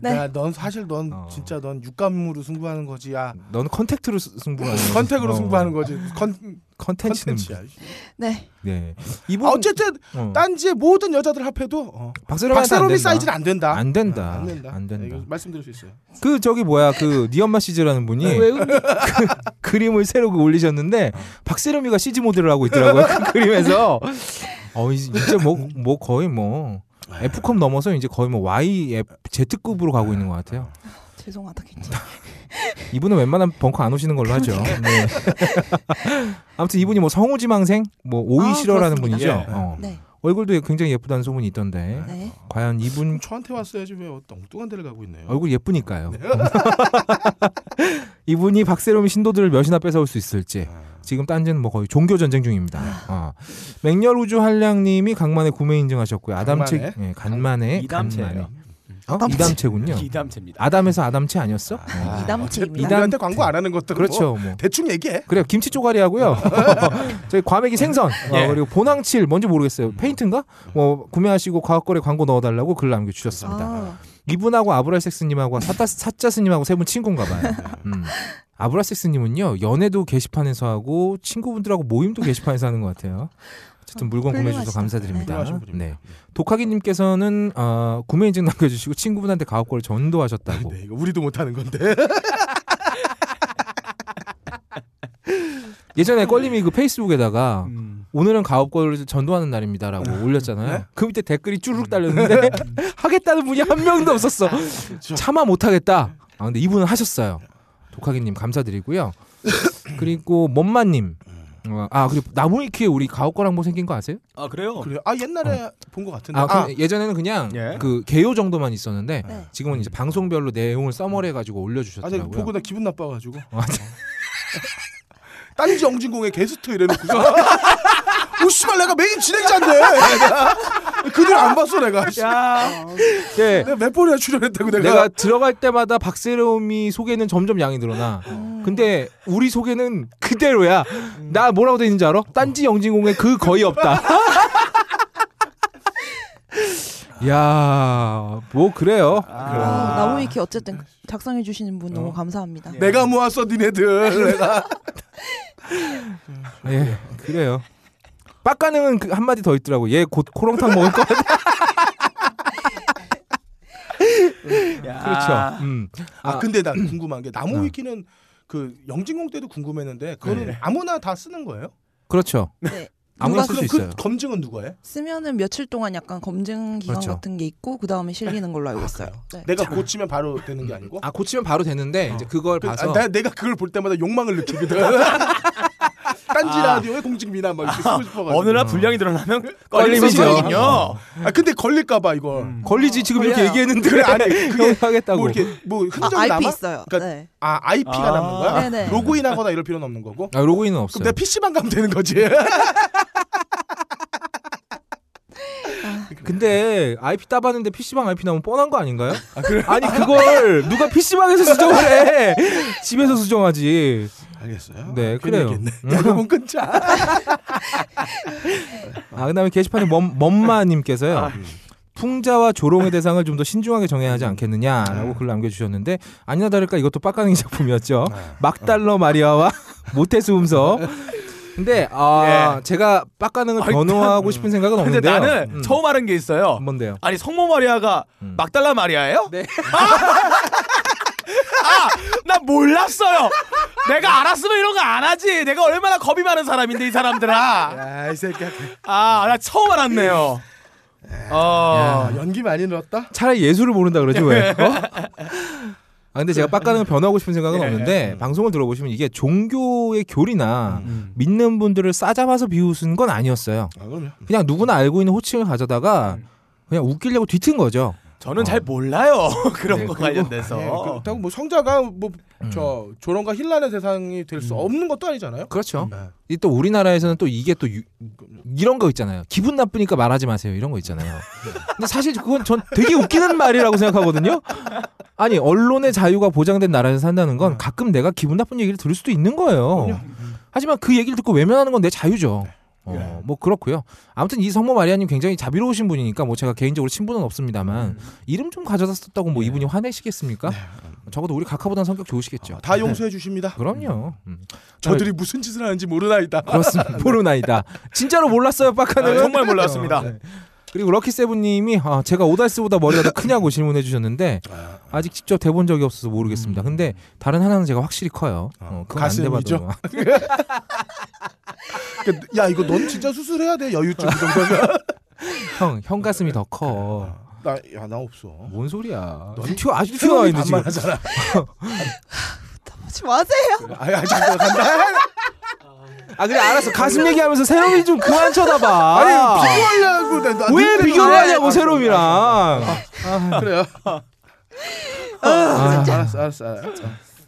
C: 네.
B: 야, 넌 사실 넌
D: 어.
B: 진짜 넌 육감으로 승부하는 거지야.
D: 넌 컨택트로 스- 승부하는 거지.
B: 컨택으로
D: 어.
B: 승부하는 거지. 컨
D: 컨텐츠는
B: 컨텐츠야.
C: 네.
D: 네.
B: 아, 어쨌든
D: 어.
B: 딴지의 모든 여자들 합해도 어.
D: 박세롬한테 안
B: 박세롬이
D: 된다.
B: 사이즈는 안 된다.
D: 안 된다.
B: 아, 안 된다.
D: 안 된다.
B: 네, 이거 말씀드릴 수 있어요.
D: 그 저기 뭐야 그니 엄마 시즈라는
C: 네,
D: 분이 그, 림을 새로 그 올리셨는데 박세롬이가 시즈 모델을 하고 있더라고요 그 그림에서 어 이제 이제 뭐, 뭐 거의 뭐 F컵 넘어서 이제 거의 뭐 Y Z급으로 가고 있는 것 같아요
C: 죄송하다 괜찮.
D: 이분은 웬만하면 벙커 안 오시는 걸로 하죠 네. 아무튼 이분이 뭐 성우지망생 뭐 오이
C: 아,
D: 실어라는
C: 그렇습니다.
D: 분이죠
C: 네.
D: 어. 얼굴도 굉장히 예쁘다는 소문이
B: 아,
D: 있던데
C: 네.
D: 과연 이분
B: 저한테 왔어야지 왜 어떤 엉뚱한 데를 가고 있네요.
D: 얼굴 예쁘니까요. 이분이 박세롬이 신도들을 몇이나 뺏어올 수 있을지
A: 아.
D: 지금 딴지는 뭐 거의 종교 전쟁 중입니다. 어. 맹렬우주 한량님이 강만에 구매 인증하셨고요. 아담체
A: 강만에?
D: 예, 간만에
A: 이담채예요.
D: 간만에. 어?
A: 아담채.
D: 이담채군요.
A: 이담채입니다.
D: 아담에서 아담채 아니었어?
B: 아,
D: 어.
B: 어차피 우리한테 광고 안 하는 것도
D: 그렇죠.
B: 뭐
D: 뭐.
B: 대충 얘기해.
D: 그래요. 김치 쪼가리하고요. 저희 과메기 생선 어,
B: 예.
D: 그리고 보낭칠 뭔지 모르겠어요. 페인트인가?
A: 음.
D: 뭐 구매하시고 과학거래 광고 넣어달라고 글 남겨주셨습니다.
C: 아.
D: 이분하고 아브라섹스님하고 사타 사짜스님하고 세 분 친구인가봐요. 음. 아브라섹스님은요 연애도 게시판에서 하고 친구분들하고 모임도 게시판에서 하는 것 같아요. 어쨌든 물건 구매해 주셔서
A: 훌륭하시다. 네.
D: 감사드립니다.
A: 훌륭하신
D: 네, 독학이님께서는 어, 구매 인증 남겨주시고 친구분한테 가옥거를
A: 아,
D: 전도하셨다고.
B: 네,
A: 네.
B: 이거 우리도 못하는 건데.
D: 예전에 껄림이 그 페이스북에다가 오늘은 가업거를 전도하는 날입니다라고 올렸잖아요. 그 밑에 댓글이 쭈르륵 달렸는데 하겠다는 분이 한 명도 없었어. 네. 참아 그렇죠. 못하겠다. 아 근데 이분은 하셨어요. 독하기님 감사드리고요. 그리고 몸마님. 어, 아 그리고 나무위키에 우리 가업거 랑뭐 생긴 거 아세요?
A: 아 그래요?
B: 그래요? 아 옛날에 본 것 같은데.
D: 아, 그 예전에는 그냥 그 개요 정도만 있었는데 지금은 이제 방송별로 내용을 써머리해
B: 아,
D: 가지고
B: 제가
D: 올려주셨더라고요. 어,
B: 보고 나 기분 나빠가지고. 딴지 영진공의 게스트 이래놓고서. 오씨발 내가 메인 진행자인데. 그들 안 봤어 내가.
A: 야.
D: 네.
B: 내가 몇 번이나 출연했다고 내가.
D: 내가 들어갈 때마다 박세롬이 소개는 점점 양이 늘어나. 근데 우리 소개는 그대로야. 나 뭐라고 돼 있는지 알아? 딴지 영진공에 그 거의 없다. 야, 뭐 그래요.
C: 어, 나무위키 어쨌든 작성해 주시는 분 너무 감사합니다.
B: 내가 모았어 니네들.
D: 아.
B: 내가.
D: 예, 그래요. 빡가능은 그 한마디 더 있더라고. 얘 곧 코롱탕 먹을 거 같아. 그렇죠. 음.
B: 아,
D: 아. 어.
B: 근데 나 궁금한 게 나무 위키는 그 영진공 때도 궁금했는데 그거는
D: 네.
B: 아무나 다 쓰는 거예요?
D: 그렇죠. 아무나 쓸 수
B: 그럼 그
D: 있어요.
B: 검증은 누가 해?
C: 네. 쓰면은 며칠 동안 약간 검증 기간
D: 그렇죠.
C: 같은 게 있고 그 다음에 실리는 걸로 알고 있어요. 네.
B: 내가 고치면 바로 되는 게 아니고?
D: 아 고치면 바로 되는데 이제 그걸
B: 그, 아,
D: 봐서
B: 나, 내가 그걸 볼 때마다 욕망을 느끼거든. 딴지
A: 아.
B: 라디오에 공직 미남 막 이렇게 쓰고 싶어가지고.
A: 어느 날 분량이 늘어나면
D: 음.
B: 걸리면
A: 걸리면서
B: 써야겠군요.
D: 어.
B: 아 근데 걸릴까봐 이거.
D: 걸리지 지금
B: 걸려요.
D: 이렇게 얘기했는데
B: 그래, 아니, 그게
D: 하겠다고.
B: 뭐 이렇게 뭐 흔적
C: 아, IP
B: 남아?
C: 있어요.
B: 그러니까
C: 네.
B: 아 IP가
D: 아.
B: 남는 거야?
C: 네네.
B: 로그인하거나 이럴 필요는 없는 거고.
D: 아, 로그인은
B: 그럼
D: 없어요.
B: 내 PC방 가면 되는 거지.
D: 근데 IP 따봤는데 PC방 IP 나오면 뻔한 거 아닌가요? 아, 니 그걸 누가 PC방에서 수정을 해. 집에서 수정하지.
B: 알겠어요.
D: 네,
B: 아, 괜히
D: 그래요.
B: 얘기했네.
D: 음.
B: 야, 그건 끊자.
D: 아, 그다음에 게시판에 멈, 멈마님께서요. 풍자와 조롱의 대상을 좀 더 신중하게 정해야 하지 않겠느냐라고 글을 남겨주셨는데 아니나 다를까 이것도 빡가는 작품이었죠. 막달러 마리아와 모태수 음서. 근데 아 제가 빡가능을 변호하고 싶은 생각은
A: 근데
D: 없는데요.
A: 나는
D: 음.
A: 처음 알은 게 있어요.
D: 뭔데요?
A: 아니 성모 마리아가 막달라 마리아예요?
D: 네.
A: 아, 나 몰랐어요. 내가 알았으면 이런 거 안 하지. 내가 얼마나 겁이 많은 사람인데 이 사람들아.
D: 예.
B: 야이 새끼야.
A: 아, 나 처음 알았네요.
D: 예.
A: 어.
B: 아, 연기 많이 늘었다.
D: 차라리 예술을 모른다 그러지 왜? 어? 아 근데 제가 빡가는 변하고 싶은 생각은
A: 예.
D: 없는데 방송을 들어보시면 이게 종교의 교리나 믿는 분들을 싸잡아서 비웃은 건 아니었어요.
B: 아 그러면.
D: 그냥 누구나 알고 있는 호칭을 가져다가 그냥 웃기려고 뒤튼 거죠.
A: 저는 잘 몰라요. 그런
D: 어. 네,
A: 거
D: 그리고-
A: 관련돼서.
B: 예, 그렇다고 뭐 성자가 뭐 저 조롱과 힐란의 대상이 될 수 없는 것도 아니잖아요.
D: 그렇죠.
B: 네.
D: 이 또 우리나라에서는 또 이게 또 유- 이런 거 있잖아요. 기분 나쁘니까 말하지 마세요. 이런 거 있잖아요.
B: 네.
D: 근데 사실 그건 전 되게 웃기는 말이라고 생각하거든요. 아니 언론의 자유가 보장된 나라에서 산다는 건
B: 네.
D: 가끔 내가 기분 나쁜 얘기를 들을 수도 있는 거예요.
B: 음.
D: 하지만 그 얘기를 듣고 외면하는 건 내 자유죠.
B: 네. 예.
D: 어, 뭐 그렇고요. 아무튼 이 성모 마리아님 굉장히 자비로우신 분이니까 뭐 제가 개인적으로 친분은 없습니다만
B: 음.
D: 이름 좀 가져다 썼다고
B: 네.
D: 뭐 이분이 화내시겠습니까? 적어도 우리 각하보다는 성격 좋으시겠죠.
B: 어,
D: 네.
B: 다 용서해 주십니다.
D: 그럼요. 음.
B: 저들이 무슨 짓을 하는지 모르나이다.
D: 그렇습니다. 모르나이다. 진짜로 몰랐어요, 빡하는.
A: 아, 정말 몰랐습니다.
B: 네.
D: 그리고 럭키 세븐님이 아, 제가 오달스보다 머리가 더 크냐고 질문해 주셨는데 아직 직접 대본 적이 없어서 모르겠습니다. 근데 다른 하나는 제가 확실히 커요. 어, 그건 안
B: 음. 아, 가슴이죠?
D: 돼봐도
B: 그러니까 야 이거 넌 진짜 수술해야 돼 여유증 이 정도면.
D: 형, 형 가슴이 더 커.
B: 나야 나 없어.
D: 뭔 소리야?
B: 아, 넌
D: 튀어 아주 튀어나와 있네 지금.
B: 반말하잖아.
C: 하지 마세요.
B: 아, 아야 잠깐 간다.
D: 아 그래 알았어 가슴 얘기하면서 세롬이 좀 그만 쳐다봐.
B: 아니 뭐 비교하려고 나- 나-
D: 왜
B: 나-
D: 비교를
B: 나-
D: 하냐고
B: 아,
D: 세롬이랑.
B: 아, 그래요. 아,
D: 진짜.
B: 알았어, 알았어, 알았어.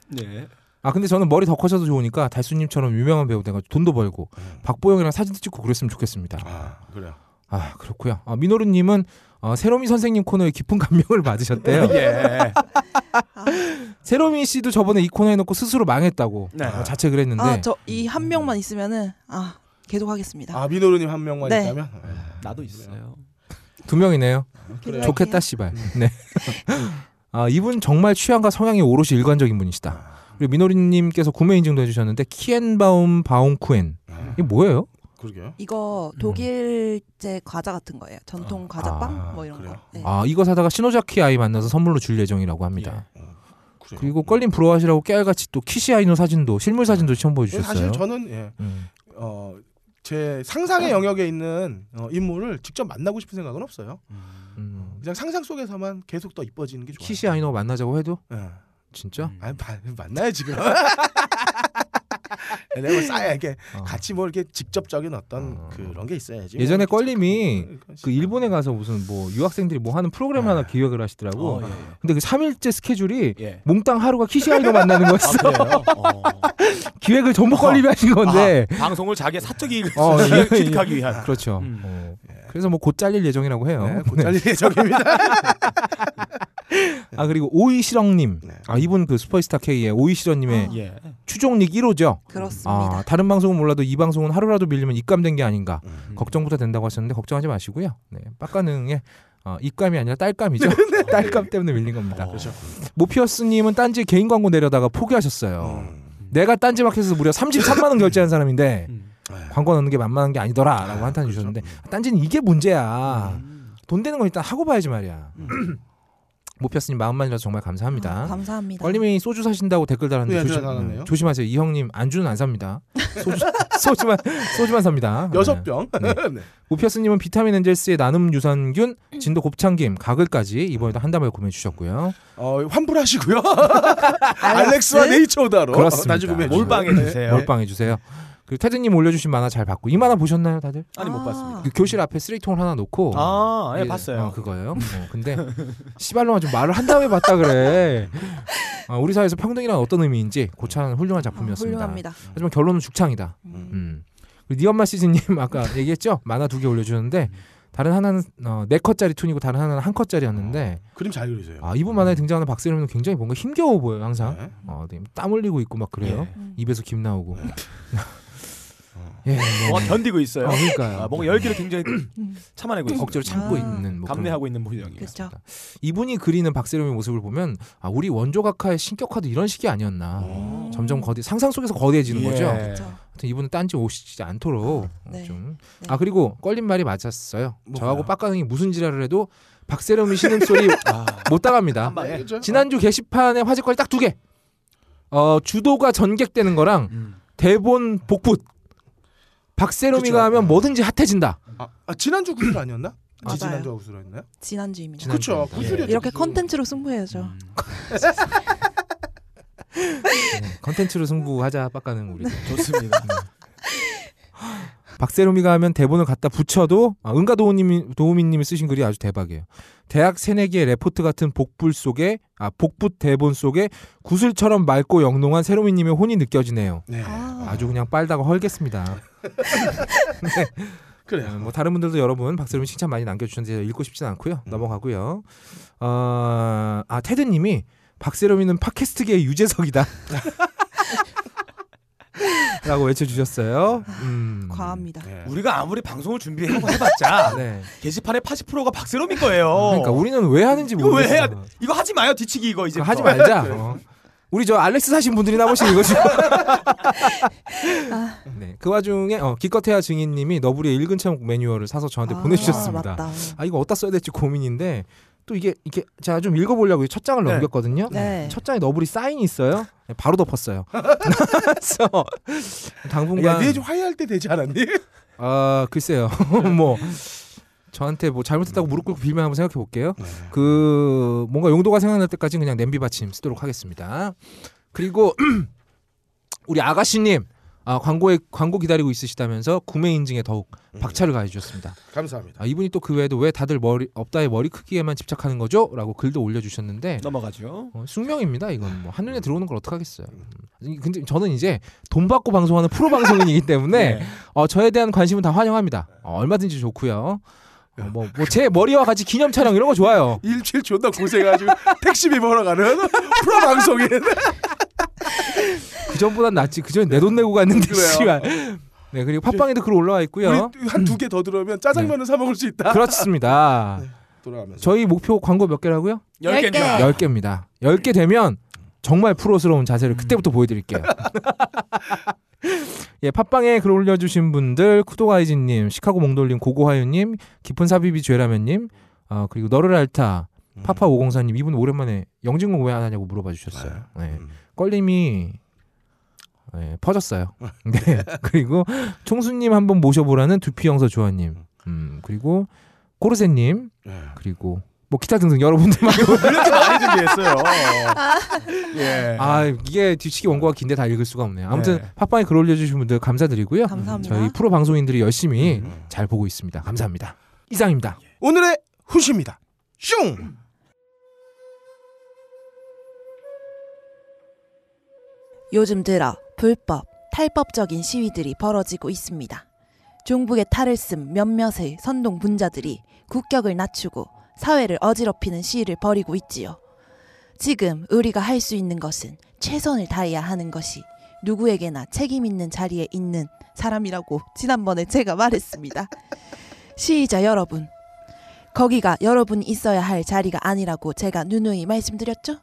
A: 네.
D: 아 근데 저는 머리 더 커져도 좋으니까 달수님처럼 유명한 배우 돼가지고 돈도 벌고 박보영이랑 사진도 찍고 그랬으면 좋겠습니다.
B: 그래요.
D: 아 그렇고요. 아, 민호루님은 어, 세롬이 선생님 코너에 깊은 감명을 받으셨대요.
A: 예.
D: 세롬이 씨도 저번에 이 코너 해놓고 스스로 망했다고
B: 네.
D: 어, 자책을 했는데
C: 아 저 이 한 명만 있으면은 아 계속 하겠습니다.
B: 아 민호루님 한 명만
C: 네.
B: 있다면
A: 나도 있어요.
D: 두 명이네요.
B: 그래요.
D: 좋겠다 씨발. 네. 아 이분 정말 취향과 성향이 오롯이 일관적인 분이시다. 그리고 민호리님께서 구매 인증도 해주셨는데 키엔바움 바움쿠엔 이게 뭐예요?
B: 아, 그러게요.
C: 이거 독일제 과자 같은 거예요. 전통 과자빵 뭐 이런 거. 네.
D: 아 이거 사다가 신호자키 아이 만나서 선물로 줄 예정이라고 합니다.
B: 네.
D: 그리고 껄린 부러워하시라고 깨알같이 또 키시 아이노 사진도 실물 사진도 첨부해 주셨어요.
B: 네.
D: 음.
B: 사실 저는 예. 어, 제 상상의 영역에 있는 어, 인물을 직접 만나고 싶은 생각은 없어요. 그냥 상상 속에서만 계속 더 이뻐지는 게 좋아요.
D: 음. 키시 아이노 만나자고 해도 진짜?
A: 음.
B: 아니 마- 만나요 지금. 내가 뭐 싸야 이게 같이 뭐 이렇게 직접적인 어떤 그런 게 있어야지.
D: 어. 예전에 껄림이 그 일본에 가서 무슨 뭐 유학생들이 뭐 하는 프로그램 하나 기획을 하시더라고.
A: 예. 어, 예, 예.
D: 근데 그 3일째 스케줄이
A: 예.
D: 몽땅 하루가 키시아이로 만나는 거였어.
A: 아, 그래요?
D: 기획을 전부 껄림이 하신 건데.
A: 아, 방송을 자기의 사적 이익을
D: 어,
A: 취-
D: 예.
A: 취득하기 위한.
D: 그렇죠. 어. 그래서 뭐 곧 잘릴 예정이라고 해요.
A: 아. 음. 예. 네, 곧 잘릴
B: 예정입니다.
D: 아 그리고 오이시렁님, 아 이분 그 슈퍼스타 K의
A: 네.
D: 오이시렁님의
A: 아, 예.
D: 추종릭 1호죠.
C: 그렇습니다.
D: 아, 다른 방송은 몰라도 이 방송은 하루라도 밀리면 입감된 게 아닌가 걱정부터 된다고 하셨는데 걱정하지 마시고요. 네, 빡가능의 어, 입감이 아니라 딸감이죠. 딸감 때문에 밀린 겁니다. 모피어스님은 딴지 개인 광고 내려다가 포기하셨어요. 내가 딴지 마켓에서 무려 33만 원 결제한 사람인데 광고 넣는 게 만만한 게 아니더라라고 한탄 주셨는데 딴지는 이게 문제야. 돈 되는 건 일단 하고 봐야지 말이야. 모피어스님 마음만이라도 정말 감사합니다.
C: 감사합니다.
D: 껄림이 소주 사신다고 댓글 달았는데
B: 네,
D: 조심,
B: 댓글 달았네요.
D: 음, 조심하세요. 이 형님 안주는 안 삽니다. 소주, 소주만 소주만 삽니다.
B: 여섯 병.
D: 네.
B: 네.
D: 우피어스님은 비타민 엔젤스의 나눔 유산균, 진도 곱창김, 가글까지 이번에도 한 담을 구매해 주셨고요.
B: 어, 환불하시고요. 알렉스와 네이처 오다로
D: 그렇습니다.
B: 나중에 구매해 주시고요. 네.
D: 몰빵해 주세요. 그리고 태진님 올려주신 만화 잘 봤고 이 만화 보셨나요, 다들?
A: 아니 못 봤습니다.
D: 그 교실 앞에 쓰레기통을 하나 놓고
A: 아, 예,
D: 이게-
A: 봤어요.
D: 어, 그거예요. 어, 근데 시발로만 좀 말을 한 다음에 봤다 그래. 아, 우리 사회에서 평등이란 어떤 의미인지 고찰하는 훌륭한 작품이었습니다.
C: 훌륭합니다.
D: 하지만 결론은 죽창이다. 음. 그리고 니 엄마 시즈님 아까 얘기했죠? 만화 두 개 올려주셨는데 다른 하나는 어, 네 컷짜리 툰이고 다른 하나는 한 컷짜리였는데
B: 그림 잘 그리세요.
D: 아, 이분 만화에 등장하는 박세롬은 굉장히 뭔가 힘겨워 보여요 항상. 어, 되게 땀 흘리고 있고 막 그래요.
A: 네.
D: 입에서 김 나오고. 예, 뭐.
A: 뭔가 견디고 있어요.
D: 어, 그러니까요.
A: 아, 뭔가 열기를 굉장히 참아내고 있어요. 아,
D: 억지로 참고 있는 뭐 그런-
A: 감내하고 있는 모양이에요.
C: 그렇죠.
D: 이분이 그리는 박세롬의 모습을 보면 아, 우리 원조각하의 신격화도 이런 식이 아니었나. 점점 거대 상상 속에서 거대해지는
A: 예.
D: 거죠.
A: 그렇죠.
D: 하여튼 이분은 딴지 오시지 않도록 어,
C: 네.
D: 좀. 아 그리고 껄린 말이 맞았어요. 저하고 빡가능이 무슨 지랄을 해도 박세롬이 신음소리 못 따라합니다.
B: 아,
C: 네.
A: 방에. 그죠?
D: 지난주 게시판에 화제거리 딱 두 개. 어 주도가 전객되는 거랑
A: 음.
D: 대본 복붙. 박세롬이가 하면 뭐든지 핫해진다.
B: 아, 아, 지난주 구슬 아니었나?
C: 맞아요.
B: 지난주 구슬 아니었나요?
C: 지난주입니다.
D: 네,
B: 그쵸, 지난주입니다. 구슬이었죠,
C: 이렇게
B: 구슬.
C: 컨텐츠로 승부해야죠.
D: 컨텐츠로 승부하자 빡가는 우리.
A: 네.
D: 네.
A: 좋습니다.
D: 박세롬이가 하면 대본을 갖다 붙여도 아, 은가 도우님이 도우미님이 쓰신 글이 아주 대박이에요. 대학 새내기의 레포트 같은 복불 속에 아 복붙 대본 속에 구슬처럼 맑고 영롱한 세롬이님의 혼이 느껴지네요.
B: 네.
D: 아. 주 그냥 빨다가 헐겠습니다.
B: 그래요.
D: 뭐 다른 분들도 여러분 박세롬이 칭찬 많이 남겨주셨는데 읽고 싶진 않고요.
A: 음.
D: 넘어가고요. 어, 아 테드님이 박세롬이는 팟캐스트계의 유재석이다. 라고 외쳐주셨어요. 음.
C: 과합니다.
A: 우리가 아무리 방송을 준비하고 해봤자 게시판의 80%가 박세롬인 거예요.
D: 네. 그러니까 우리는 왜 하는지
A: 이거 어. 왜
D: 모르겠어.
A: 해야 돼? 이거 하지 뭐 마요 뒤치기 이거 이제
D: 하지 말자. 어. 우리 저 알렉스 사신 분들이 나오신 이거죠. 네, 그 와중에 어, 기껏해야 증인님이 너부리의 읽은 채목 매뉴얼을 사서 저한테
A: 아,
D: 보내주셨습니다.
A: 맞다.
D: 아 이거 어디다 써야 될지 고민인데 또 이게 이게 제가 좀 읽어보려고 첫 장을
A: 네.
D: 넘겼거든요.
A: 네.
D: 첫 장에 너부리 사인이 있어요. 네, 바로 덮었어요. 그래서
B: 야,
D: 당분간
B: 니네 좀 화해할 때 되지 않았니?
D: 아 글쎄요 뭐 저한테 뭐 잘못했다고 무릎 꿇고 빌면 한번 생각해 볼게요
B: 네.
D: 그 뭔가 용도가 생각날 때까지 그냥 냄비 받침 쓰도록 하겠습니다 그리고 우리 아가씨님 아, 광고에 광고 기다리고 있으시다면서 구매 인증에 더욱 박차를 가해주셨습니다.
B: 감사합니다.
D: 아, 이분이 또 그 외에도 왜 다들 머리 업다의 머리 크기에만 집착하는 거죠?라고 글도 올려주셨는데
A: 넘어가죠.
D: 어, 숙명입니다. 이건 뭐 한눈에 들어오는 걸 어떡 하겠어요. 근데 저는 이제 돈 받고 방송하는 프로 방송인이기 때문에 어, 저에 대한 관심은 다 환영합니다. 어, 얼마든지 좋고요. 어, 뭐뭐 제 머리와 같이 기념 촬영 이런 거 좋아요.
B: 일주일 존나 고생해가지고 택시비 벌어가는 프로 방송인.
D: 그 전보단 낫지. 그 전에 내 돈 내고 갔는데
B: 그래요.
D: 씨발. 네 그리고 팟빵에도 글 올라와 있고요.
B: 우리 한 두 개 더 들어오면
D: 네.
B: 짜장면을 사 먹을 수 있다.
D: 그렇습니다.
B: 돌아가면서.
D: 저희 목표 광고 몇 개라고요?
B: 열 개. 개입니다.
D: 열 개입니다. 열 개 되면 정말 프로스러운 자세를 그때부터 보여드릴게요. 예, 팟빵에 글 올려주신 분들 쿠도가이진님, 시카고 몽돌님, 고고하유님, 깊은 삽입이 죄라면님, 어, 그리고 너를 알타 파파 오공사님 이분 오랜만에 영진공 왜 안 하냐고 물어봐 주셨어요. 네. 껄림이 예, 퍼졌어요. 네. 그리고 총수님 한번 모셔보라는 두피영서 조아님, 음, 네. 그리고 코르세님, 그리고 뭐 기타 등등 여러분들만
A: 이렇게 많이 준비했어요. 예.
D: 아 이게 뒤치기 원고가 긴데 다 읽을 수가 없네요. 아무튼
A: 네.
D: 팟빵에 글 올려주신 분들 감사드리고요.
C: 감사합니다.
D: 저희 프로 방송인들이 열심히 잘 보고 있습니다. 감사합니다. 이상입니다.
B: 오늘의 후시입니다. 슝.
C: 요즘 들어 불법, 탈법적인 시위들이 벌어지고 있습니다. 중국의 탈을 쓴 몇몇의 선동 분자들이 국격을 낮추고 사회를 어지럽히는 시위를 벌이고 있지요. 지금 우리가 할 수 있는 것은 최선을 다해야 하는 것이 누구에게나 책임 있는 자리에 있는 사람이라고 지난번에 제가 말했습니다. 시위자 여러분, 거기가 여러분이 있어야 할 자리가 아니라고 제가 누누이 말씀드렸죠?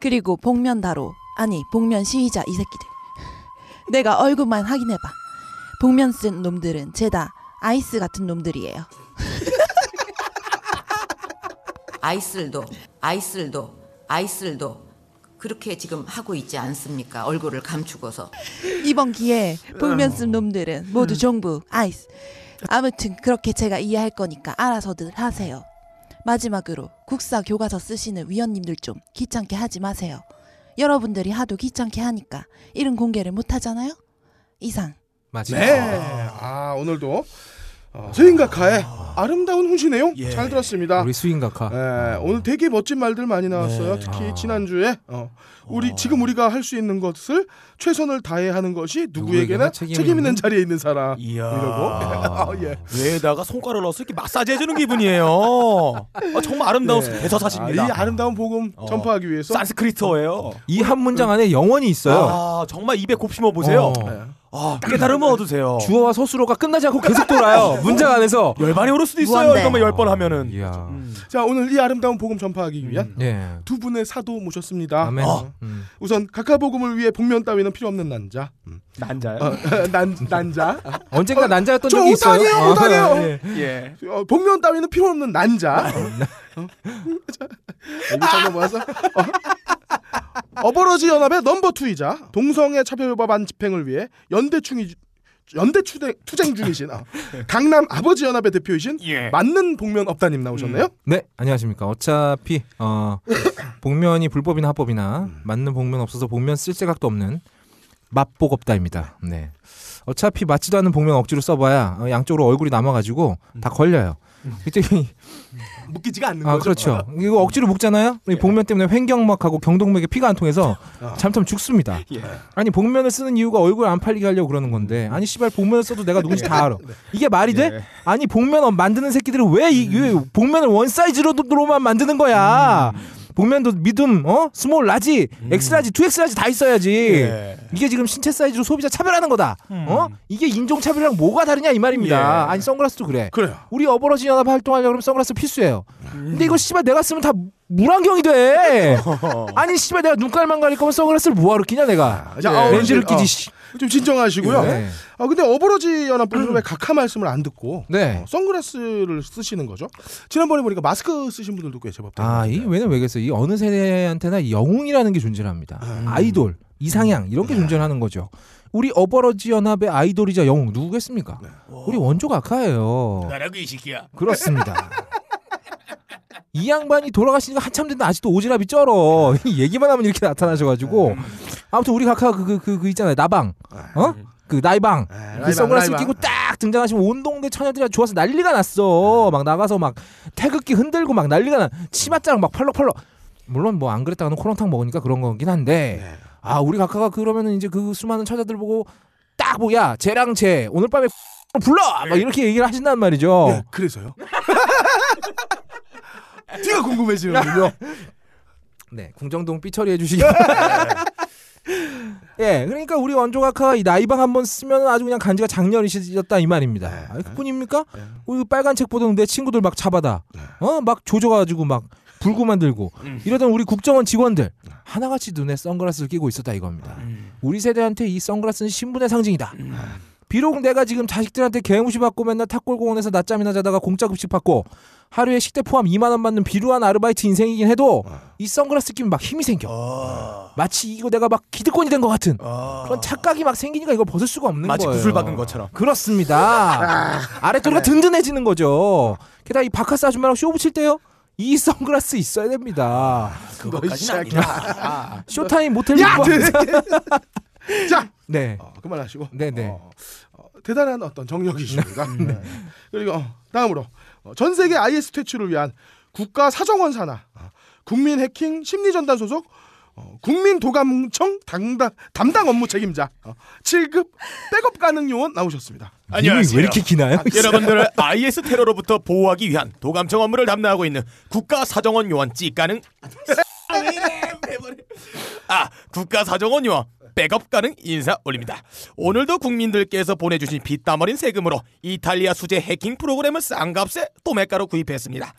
C: 그리고 복면다로 아니 복면 시위자 이 새끼들 내가 얼굴만 확인해봐 복면 쓴 놈들은 죄다 아이스 같은 놈들이에요
L: 아이슬도 아이슬도 아이슬도 그렇게 지금 하고 있지 않습니까? 얼굴을 감추고서
C: 이번 기회에 복면 쓴 놈들은 모두 정부 아이스 아무튼 그렇게 제가 이해할 거니까 알아서들 하세요 마지막으로 국사 교과서 쓰시는 위원님들 좀 귀찮게 하지 마세요 여러분들이 하도 귀찮게 하니까 이런 공개를 못 하잖아요 이상
D: 맞습니다.
B: 네. 아 오늘도 어, 스윙가카의 아름다운 훈시 내용 잘 들었습니다.
D: 예. 아, 우리 수인가카.
B: 예, 오늘 되게 멋진 말들 많이 나왔어요. 특히 지난주에 네. 어, 우리 지금 우리가 할 수 있는 것을 최선을 다해 하는 것이 누구에게나,
A: 누구에게나
B: 책임,
A: 책임
B: 있는
A: 있는
B: 자리에 있는 사람.
A: 이야.
B: 이러고. 예.
A: 위에다가 손가락을 넣어서 이렇게 마사지 해주는 기분이에요. 아, 정말 아름다운
B: 네.
A: 대서사십니다.
B: 아, 이 아름다운 복음 전파하기 위해서
A: 산스크리트어예요.
D: 이 한 문장 안에 영원히 있어요.
A: 아 정말 입에 곱씹어 보세요.
D: 어.
A: 아 깨달음을 얻으세요.
D: 주어와 서술어가 끝나지 않고 계속 돌아요. 문장 안에서
A: 열반이 오를 수도 있어요.
B: 무한대.
A: 이거만 열 번 하면은. 음.
B: 자 오늘 이 아름다운 복음 전파하기 위한
D: 예.
B: 두 분의 사도 모셨습니다.
D: 아멘.
B: 어.
D: 음.
B: 우선 각하복음을 위해 복면 따위는 필요 없는 난자. 어,
A: 난자요?
B: 아, 난 난자.
D: 언젠가 난자였던
B: 저
D: 적이 있어요.
B: 오탄이에요,
D: 아,
B: 오탄이에요.
D: 예.
A: 예.
B: 어, 복면 따위는 필요 없는
D: 아,
B: 난자. 어? 자, 이거 잠깐 모아서. 어. 어버러지 연합의 넘버 투이자 동성애 차별 법안 집행을 위해 연대충이 연대 추대, 투쟁 중이신 아, 강남 아버지 연합의 대표이신 맞는 복면 업다님 나오셨네요.
D: 네, 안녕하십니까. 어차피 어, 복면이 불법이나 합법이나 맞는 복면 없어서 복면 쓸 생각도 없는 맛복업다입니다. 네. 어차피 맞지도 않은 복면 억지로 써봐야 어, 양쪽으로 얼굴이 남아가지고 다 걸려요. 그때 이-
A: 묶이지가 않는 거죠.
D: 아
A: 예.
D: 그렇죠. 이거 억지로 묶잖아요. 이 복면 때문에 횡경막하고 경동맥에 피가 안 통해서
A: 아. 예.
D: 잠참 죽습니다. 아니 복면을 쓰는 이유가 얼굴 안 팔리게 하려고 그러는 건데
A: 음.
D: 아니 씨발 복면을 써도 내가 누군지 다 알아.
A: 네.
D: 이게 말이
A: 예.
D: 돼? 아니 복면 업 만드는 새끼들은 왜이 복면을 원 사이즈로만 만드는 거야?
A: 음.
D: 복면도 미듬, 어, 스몰, 라지, 엑스라지, 투 엑스라지 다 있어야지.
A: 예. 음.
D: 이게 지금 신체 사이즈로 소비자 차별하는 거다. 어? 이게 인종 차별이랑 뭐가 다르냐 이
A: 예.
D: 말입니다. 아니 선글라스도 그래.
B: 그래요.
D: 우리 어버러지 연합 활동하려고 그러면 선글라스 필수예요. 근데 이거 씨발 내가 쓰면 다 물안경이 돼. 아니 씨발 내가 눈깔만 가릴 거면 선글라스를 뭐하러 끼냐 내가.
B: 자, 아,
D: 예. 렌즈를
B: 어르신,
D: 끼지.
B: 어,
D: 씨.
B: 좀 진정하시고요.
D: 예.
B: 아 근데 어버러지 연합분들은 왜 각하 말씀을 안 듣고
D: 음. 네.
B: 어, 선글라스를 쓰시는 거죠? 지난번에 보니까 마스크 쓰신 분들도 꽤 제법.
D: 아, 이 왜냐 왜겠어요. 이 어느 세대한테나 영웅이라는 게 존재합니다. 아이돌, 이상향 이런 게 존재하는 거죠. 우리 어버러지 연합의 아이돌이자 영웅 누구겠습니까? 우리 원조가 아카예요.
F: 나라고 이 새끼야.
D: 그렇습니다. 이 양반이 돌아가시니까 한참 됐는데 아직도 오지랖이 네. 그, 쩔어. 이 얘기만 하면 이렇게 나타나셔가지고 아무튼 우리 각하 그그그 그, 그 있잖아요 나방 어 그 라이방 그
B: 라이방,
D: 선글라스
B: 네, 라이방.
D: 끼고 딱 등장하시면 온 동네 처녀들이 좋아서 난리가 났어. 막 나가서 막 태극기 흔들고 막 난리가 나. 치맛자랑 막 팔럭팔럭. 물론 뭐 안 그랬다가는 코롱탕 먹으니까 그런 거긴 한데 아 우리 각하가 그러면은 이제 그 수많은 처자들 보고 딱 뭐야 쟤랑 쟤 오늘 밤에 불러 막 이렇게 얘기를 하신단 말이죠.
B: 네, 그래서요. 뒤가
A: 아,
B: 궁금해지는군요.
D: 네, 궁정동 삐처리 해주시기 바랍니다. 예, 그러니까 우리 원조각하가 이 나이방 한번 쓰면 아주 그냥 간지가 장렬이시졌다 이 말입니다.
B: 네,
D: 아, 그뿐입니까? 우리 빨간 책 보던 내 친구들 막 잡아다,
B: 네.
D: 어, 막 조져가지고 막 불고 만들고
B: 음.
D: 이러던 우리 국정원 직원들
B: 네.
D: 하나같이 눈에 선글라스를 끼고 있었다 이겁니다.
B: 음.
D: 우리 세대한테 이 선글라스는 신분의 상징이다. 비록 내가 지금 자식들한테 개무시 받고 맨날 탁골공원에서 낮잠이나 자다가 공짜 급식 받고 하루에 식대 포함 2만 원 받는 비루한 아르바이트 인생이긴 해도 이 선글라스 끼면 막 힘이 생겨. 마치 이거 내가 막 기득권이 된 것 같은
A: 아.
D: 그런 착각이 막 생기니까 이걸 벗을 수가 없는
M: 마치
D: 거예요.
M: 구슬 박은 것처럼.
D: 그렇습니다. 아래쪽이 가 든든해지는 거죠. 게다가 이 바카스 아줌마랑 쇼 붙일 때요. 이 선글라스 있어야 됩니다.
B: 그것까지는 아니다.
D: 쇼타임 모텔
B: 야,
D: 입고
B: 그 자,
D: 네.
B: 어, 그만하시고.
D: 네네. 음.
B: 대단한 어떤 정력이십니다. 네. 그리고 어, 다음으로 어, 전 세계 IS 퇴출을 위한 국가 사정원 산하 어, 국민 해킹 심리 전단 소속 어, 국민 도감청 담당 담당 업무 책임자 어, 7급 백업 가능 요원 나오셨습니다.
A: 안녕하세요.
D: 기나요?
A: 아, 여러분들을 IS 테러로부터 보호하기 위한 도감청 업무를 담당하고 있는 국가사정원 요원 찌가능 아 국가사정원 요원 백업 가능 인사 올립니다. 오늘도 국민들께서 보내주신 빗땀 어린 세금으로 이탈리아 수제 해킹 프로그램을 싼값에 도매가로 구입했습니다.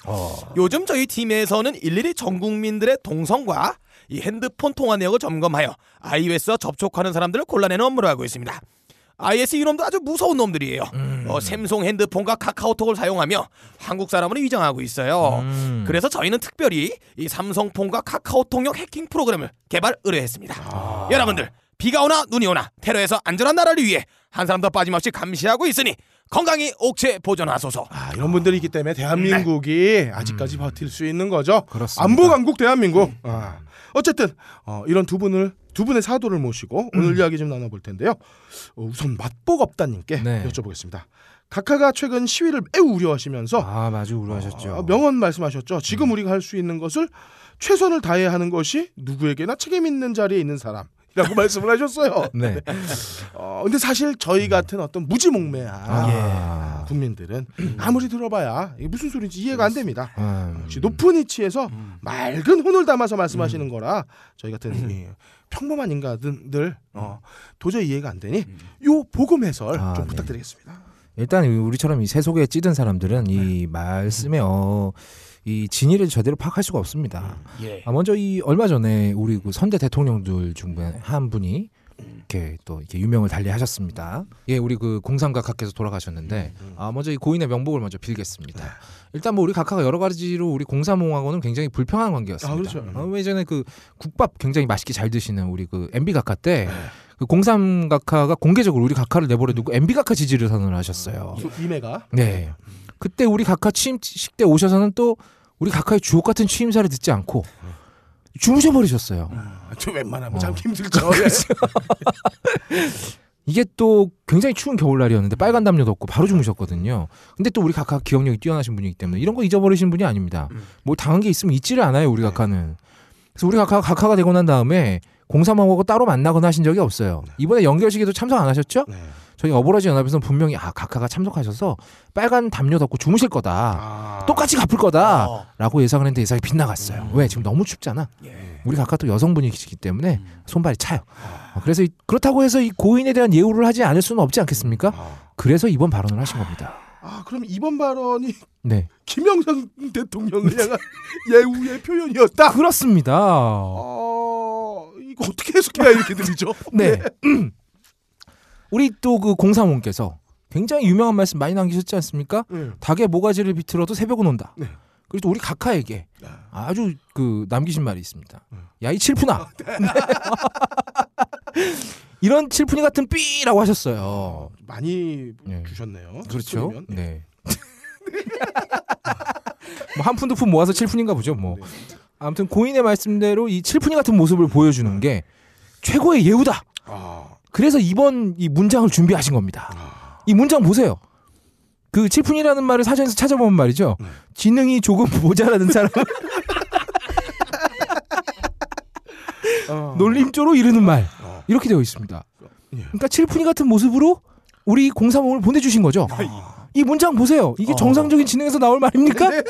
A: 요즘 저희 팀에서는 일일이 전 국민들의 동선과 이 핸드폰 통화 내역을 점검하여 IOS와 접촉하는 사람들을 골라내는 업무를 하고 있습니다. IS 이놈도 아주 무서운 놈들이에요.
D: 음.
A: 어, 샘송 핸드폰과 카카오톡을 사용하며 한국 사람으로 위장하고 있어요.
D: 음.
A: 그래서 저희는 특별히 이 삼성폰과 카카오톡용 해킹 프로그램을 개발 의뢰했습니다.
D: 아.
A: 여러분들 비가 오나 눈이 오나 테러에서 안전한 나라를 위해 한 사람도 빠짐없이 감시하고 있으니 건강히 옥체 보존하소서.
B: 아, 이런 분들이 있기 때문에
D: 네.
B: 대한민국이
D: 음.
B: 아직까지 버틸 수 있는 거죠. 안보 강국 대한민국.
D: 네.
B: 아, 어쨌든 어, 이런 두 분을 두 분의 사도를
D: 음.
B: 모시고 오늘 이야기 좀 나눠볼 텐데요. 어, 우선 맛보겁다님께
D: 네.
B: 여쭤보겠습니다. 각하가 최근 시위를 매우 우려하시면서 어,
D: 아, 아주 우려하셨죠. 음.
B: 명언 말씀하셨죠. 지금 우리가 할 수 있는 것을 최선을 다해 하는 것이 누구에게나 책임 있는 자리에 있는 사람. 이라고 말씀을 하셨어요.
D: 네.
B: 어, 근데 사실 저희 같은 어떤 무지몽매한 아, 국민들은 아무리 들어봐야 이게 무슨 소리인지 이해가 안 됩니다.
D: 음.
B: 음. 역시 높은 위치에서 맑은 혼을 담아서 말씀하시는 거라 저희 같은 이 평범한 인간들 어, 도저히 이해가 안 되니 요 복음 아, 네. 해설 좀 부탁드리겠습니다.
D: 일단 우리처럼 이 세속에 찌든 사람들은 이 말씀에 어, 이 진위를 제대로 파악할 수가 없습니다.
A: 예.
D: 아, 먼저 이 얼마 전에 우리 그 선대
B: 네.
D: 대통령들 중에 한 분이 이렇게 또 이렇게 유명을 달리하셨습니다. 예, 우리 그 공삼 각하께서 돌아가셨는데
B: 음,
D: 아, 먼저 이 고인의 명복을 먼저
B: 네.
D: 빌겠습니다. 일단 뭐 우리 각하가 여러 가지로 우리 공삼홍하고는 굉장히 불평한 관계였습니다.
B: 아, 그렇죠.
D: 어, 왜 전에 그 국밥 굉장히 맛있게 잘 드시는 우리 그 MB 각하
B: 네.
D: 때. 그 공삼 각하가 공개적으로 우리 각하를 내버려두고 MB 각하 지지를 선언을 하셨어요.
B: 소- 이메가
D: 네. 그때 우리 각하 취임식 때 오셔서는 또 우리 각하의 주옥 같은 취임사를 듣지 않고 주무셔 버리셨어요.
B: 아, 저 웬만하면
D: 어.
B: 참 힘들죠. 네.
D: 이게 또 굉장히 추운 겨울날이었는데 빨간 담요도 없고 바로 주무셨거든요. 근데 또 우리 각하 기억력이 뛰어나신 분이기 때문에 이런 거 잊어버리신 분이 아닙니다. 뭐 당한 게 있으면 잊지를 않아요, 우리 각하는. 그래서 우리 각하가 각하가 되고 난 다음에 공사망하고 따로 만나거나 하신 적이 없어요. 이번에 연결식에도 참석 안 하셨죠? 저희 어버러지 연합에서는 분명히 아 각하가 참석하셔서 빨간 담요 덮고 주무실 거다. 똑같이 갚을 거다라고 예상을 했는데 예상이 빗나갔어요. 왜 지금 너무 춥잖아. 우리 각하 또 여성분이시기 때문에 손발이 차요. 어, 그래서 이- 그렇다고 해서 이 고인에 대한 예우를 하지 않을 수는 없지 않겠습니까? 그래서 이번 발언을 하신 겁니다.
B: 아 그럼 이번 발언이
D: 네.
B: 김영삼 대통령을 향한 예우의 표현이었다.
D: 아, 그렇습니다. 아,
B: 어, 이거 어떻게 해석해야 이렇게 들리죠?
D: 네. 우리 또 그 공사원께서 굉장히 유명한 말씀 많이 남기셨지 않습니까?
B: 네.
D: 닭의 모가지를 비틀어도 새벽은 온다. 그리고 또 우리 각하에게 아주 그 남기신 말이 있습니다. 야 이 칠푼아. 네. 이런 칠푼이 같은 삐라고 하셨어요.
B: 많이 주셨네요.
D: 그렇죠.
B: 그러면.
D: 네. 뭐 한 푼 두 푼 모아서 칠푼인가 보죠. 뭐 아무튼 고인의 말씀대로 이 칠푼이 같은 모습을 보여주는 게 최고의 예우다. 그래서 이번 이 문장을 준비하신 겁니다. 이 문장 보세요. 그 7푼이라는 말을 사전에서 찾아보면 말이죠. 지능이 조금 모자라는 사람 놀림조로 이르는 말 이렇게 되어 있습니다. 그러니까 7푼이 같은 모습으로 우리 030을 보내주신 거죠.
B: 아.
D: 이 문장 보세요. 이게 정상적인 지능에서 나올 말입니까?
B: 네.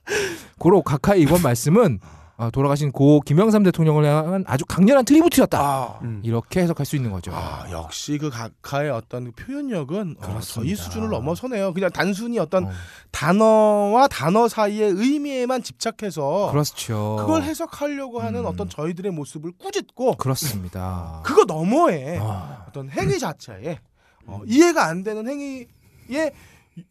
D: 고로 가카이 이번 말씀은 아, 돌아가신 고 김영삼 대통령을 향한 아주 강렬한 트리뷰트였다.
B: 아.
D: 이렇게 해석할 수 있는 거죠.
B: 역시 그 각하의 어떤 표현력은 어, 저희 수준을 넘어서네요. 그냥 단순히 어떤 단어와 단어 사이의 의미에만 집착해서
D: 그렇죠. 음.
B: 그걸 해석하려고 하는 어떤 저희들의 모습을 꾸짖고
D: 그렇습니다.
B: 그거 너머에
D: 아.
B: 어떤 행위 자체에 어, 이해가 안 되는 행위에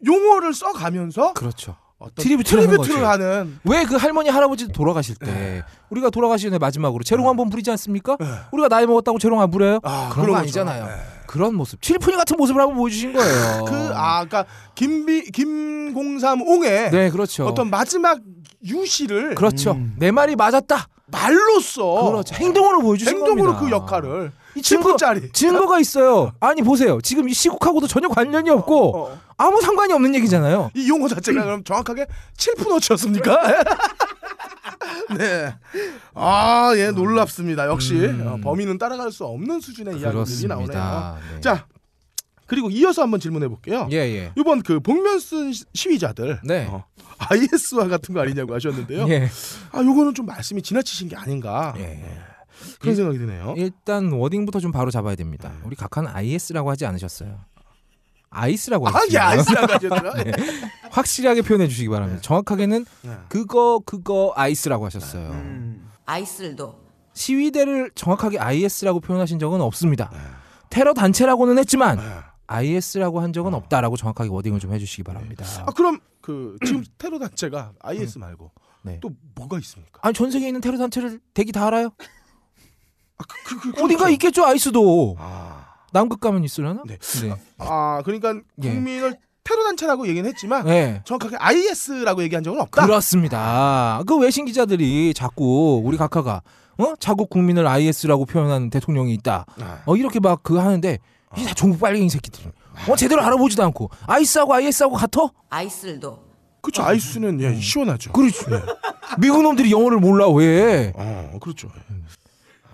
B: 용어를 써가면서
D: 그렇죠.
B: 어떤
D: 트리뷰트를 하는
B: 트리뷰트를
D: 거죠.
B: 하는
D: 왜 그 할머니 할아버지 돌아가실
B: 네.
D: 때 우리가 돌아가시기 전에 마지막으로 재롱 한 번 부리지 않습니까? 우리가 나이 먹었다고 재롱 안 부려요? 그런
B: 그런
D: 거
B: 거죠. 네.
D: 아니잖아요. 그런 모습. 칠푼이 같은 모습을 한번 보여주신 거예요.
B: 그 아까 김비 김공삼 옹의
D: 네, 그렇죠.
B: 어떤 마지막 유시를
D: 그렇죠. 내 말이 맞았다.
B: 말로써
D: 그렇죠. 행동으로 보여주신
B: 어. 행동으로
D: 겁니다.
B: 그 역할을
D: 이 증거, 증거가 있어요. 아니 보세요. 지금 이 시국하고도 전혀 관련이 없고 아무 상관이 없는 얘기잖아요.
B: 어. 이 용어 자체가 그럼 정확하게 7푼어치였습니까? 네. 아, 예, 놀랍습니다. 역시 어, 범인은 따라갈 수 없는 수준의 이야기들이
D: 그렇습니다.
B: 나오네요.
D: 네.
B: 자, 그리고 이어서 한번 질문해 볼게요.
D: 예, 예.
B: 이번 그 복면 쓴 시- 시위자들 어, IS와 같은 거 아니냐고 하셨는데요.
D: 예.
B: 아, 요거는 좀 말씀이 지나치신 게 아닌가. 그런
D: 일-
B: 생각이 드네요.
D: 예. 일단 워딩부터 좀 바로 잡아야 됩니다.
B: 네.
D: 우리 각하는 IS라고 하지 않으셨어요. 아이스라고
B: 아,
D: 하셨죠.
B: 예, 아이스라고 네. 하셨죠?
D: 네. 확실하게 표현해 주시기 바랍니다. 정확하게는 그거 그거 아이스라고 하셨어요.
B: 음.
L: 아이슬도
D: 시위대를 정확하게 IS라고 표현하신 적은 없습니다. 테러 단체라고는 했지만 IS라고 한 적은 없다라고 정확하게 워딩을 좀 해주시기 바랍니다.
B: 아, 그럼 그 지금 테러 단체가 IS 말고
D: 네.
B: 또 뭐가 있습니까?
D: 아니 전 세계에 있는 테러 단체를 대기 다 알아요?
B: 그, 그,
D: 어딘가 있겠죠 아이스도. 남극 가면 있으려나? 네.
B: 아 그러니까
D: 예.
B: 국민을 테러 단체라고 얘기는 했지만
D: 네.
B: 정확하게 IS라고 얘기한 적은 없다.
D: 그렇습니다. 그 외신 기자들이 자꾸 우리 각하가 어? 자국 국민을 IS라고 표현하는 대통령이 있다. 어 이렇게 막 그 하는데 이게 다 종북 빨갱이 새끼들. 어 제대로 알아보지도 않고 아이스하고 IS하고 같어?
L: 아이슬도
B: 그렇죠. 아이스는 예, 시원하죠.
D: 그렇죠. 미국 놈들이 영어를 몰라 왜?
B: 어 그렇죠.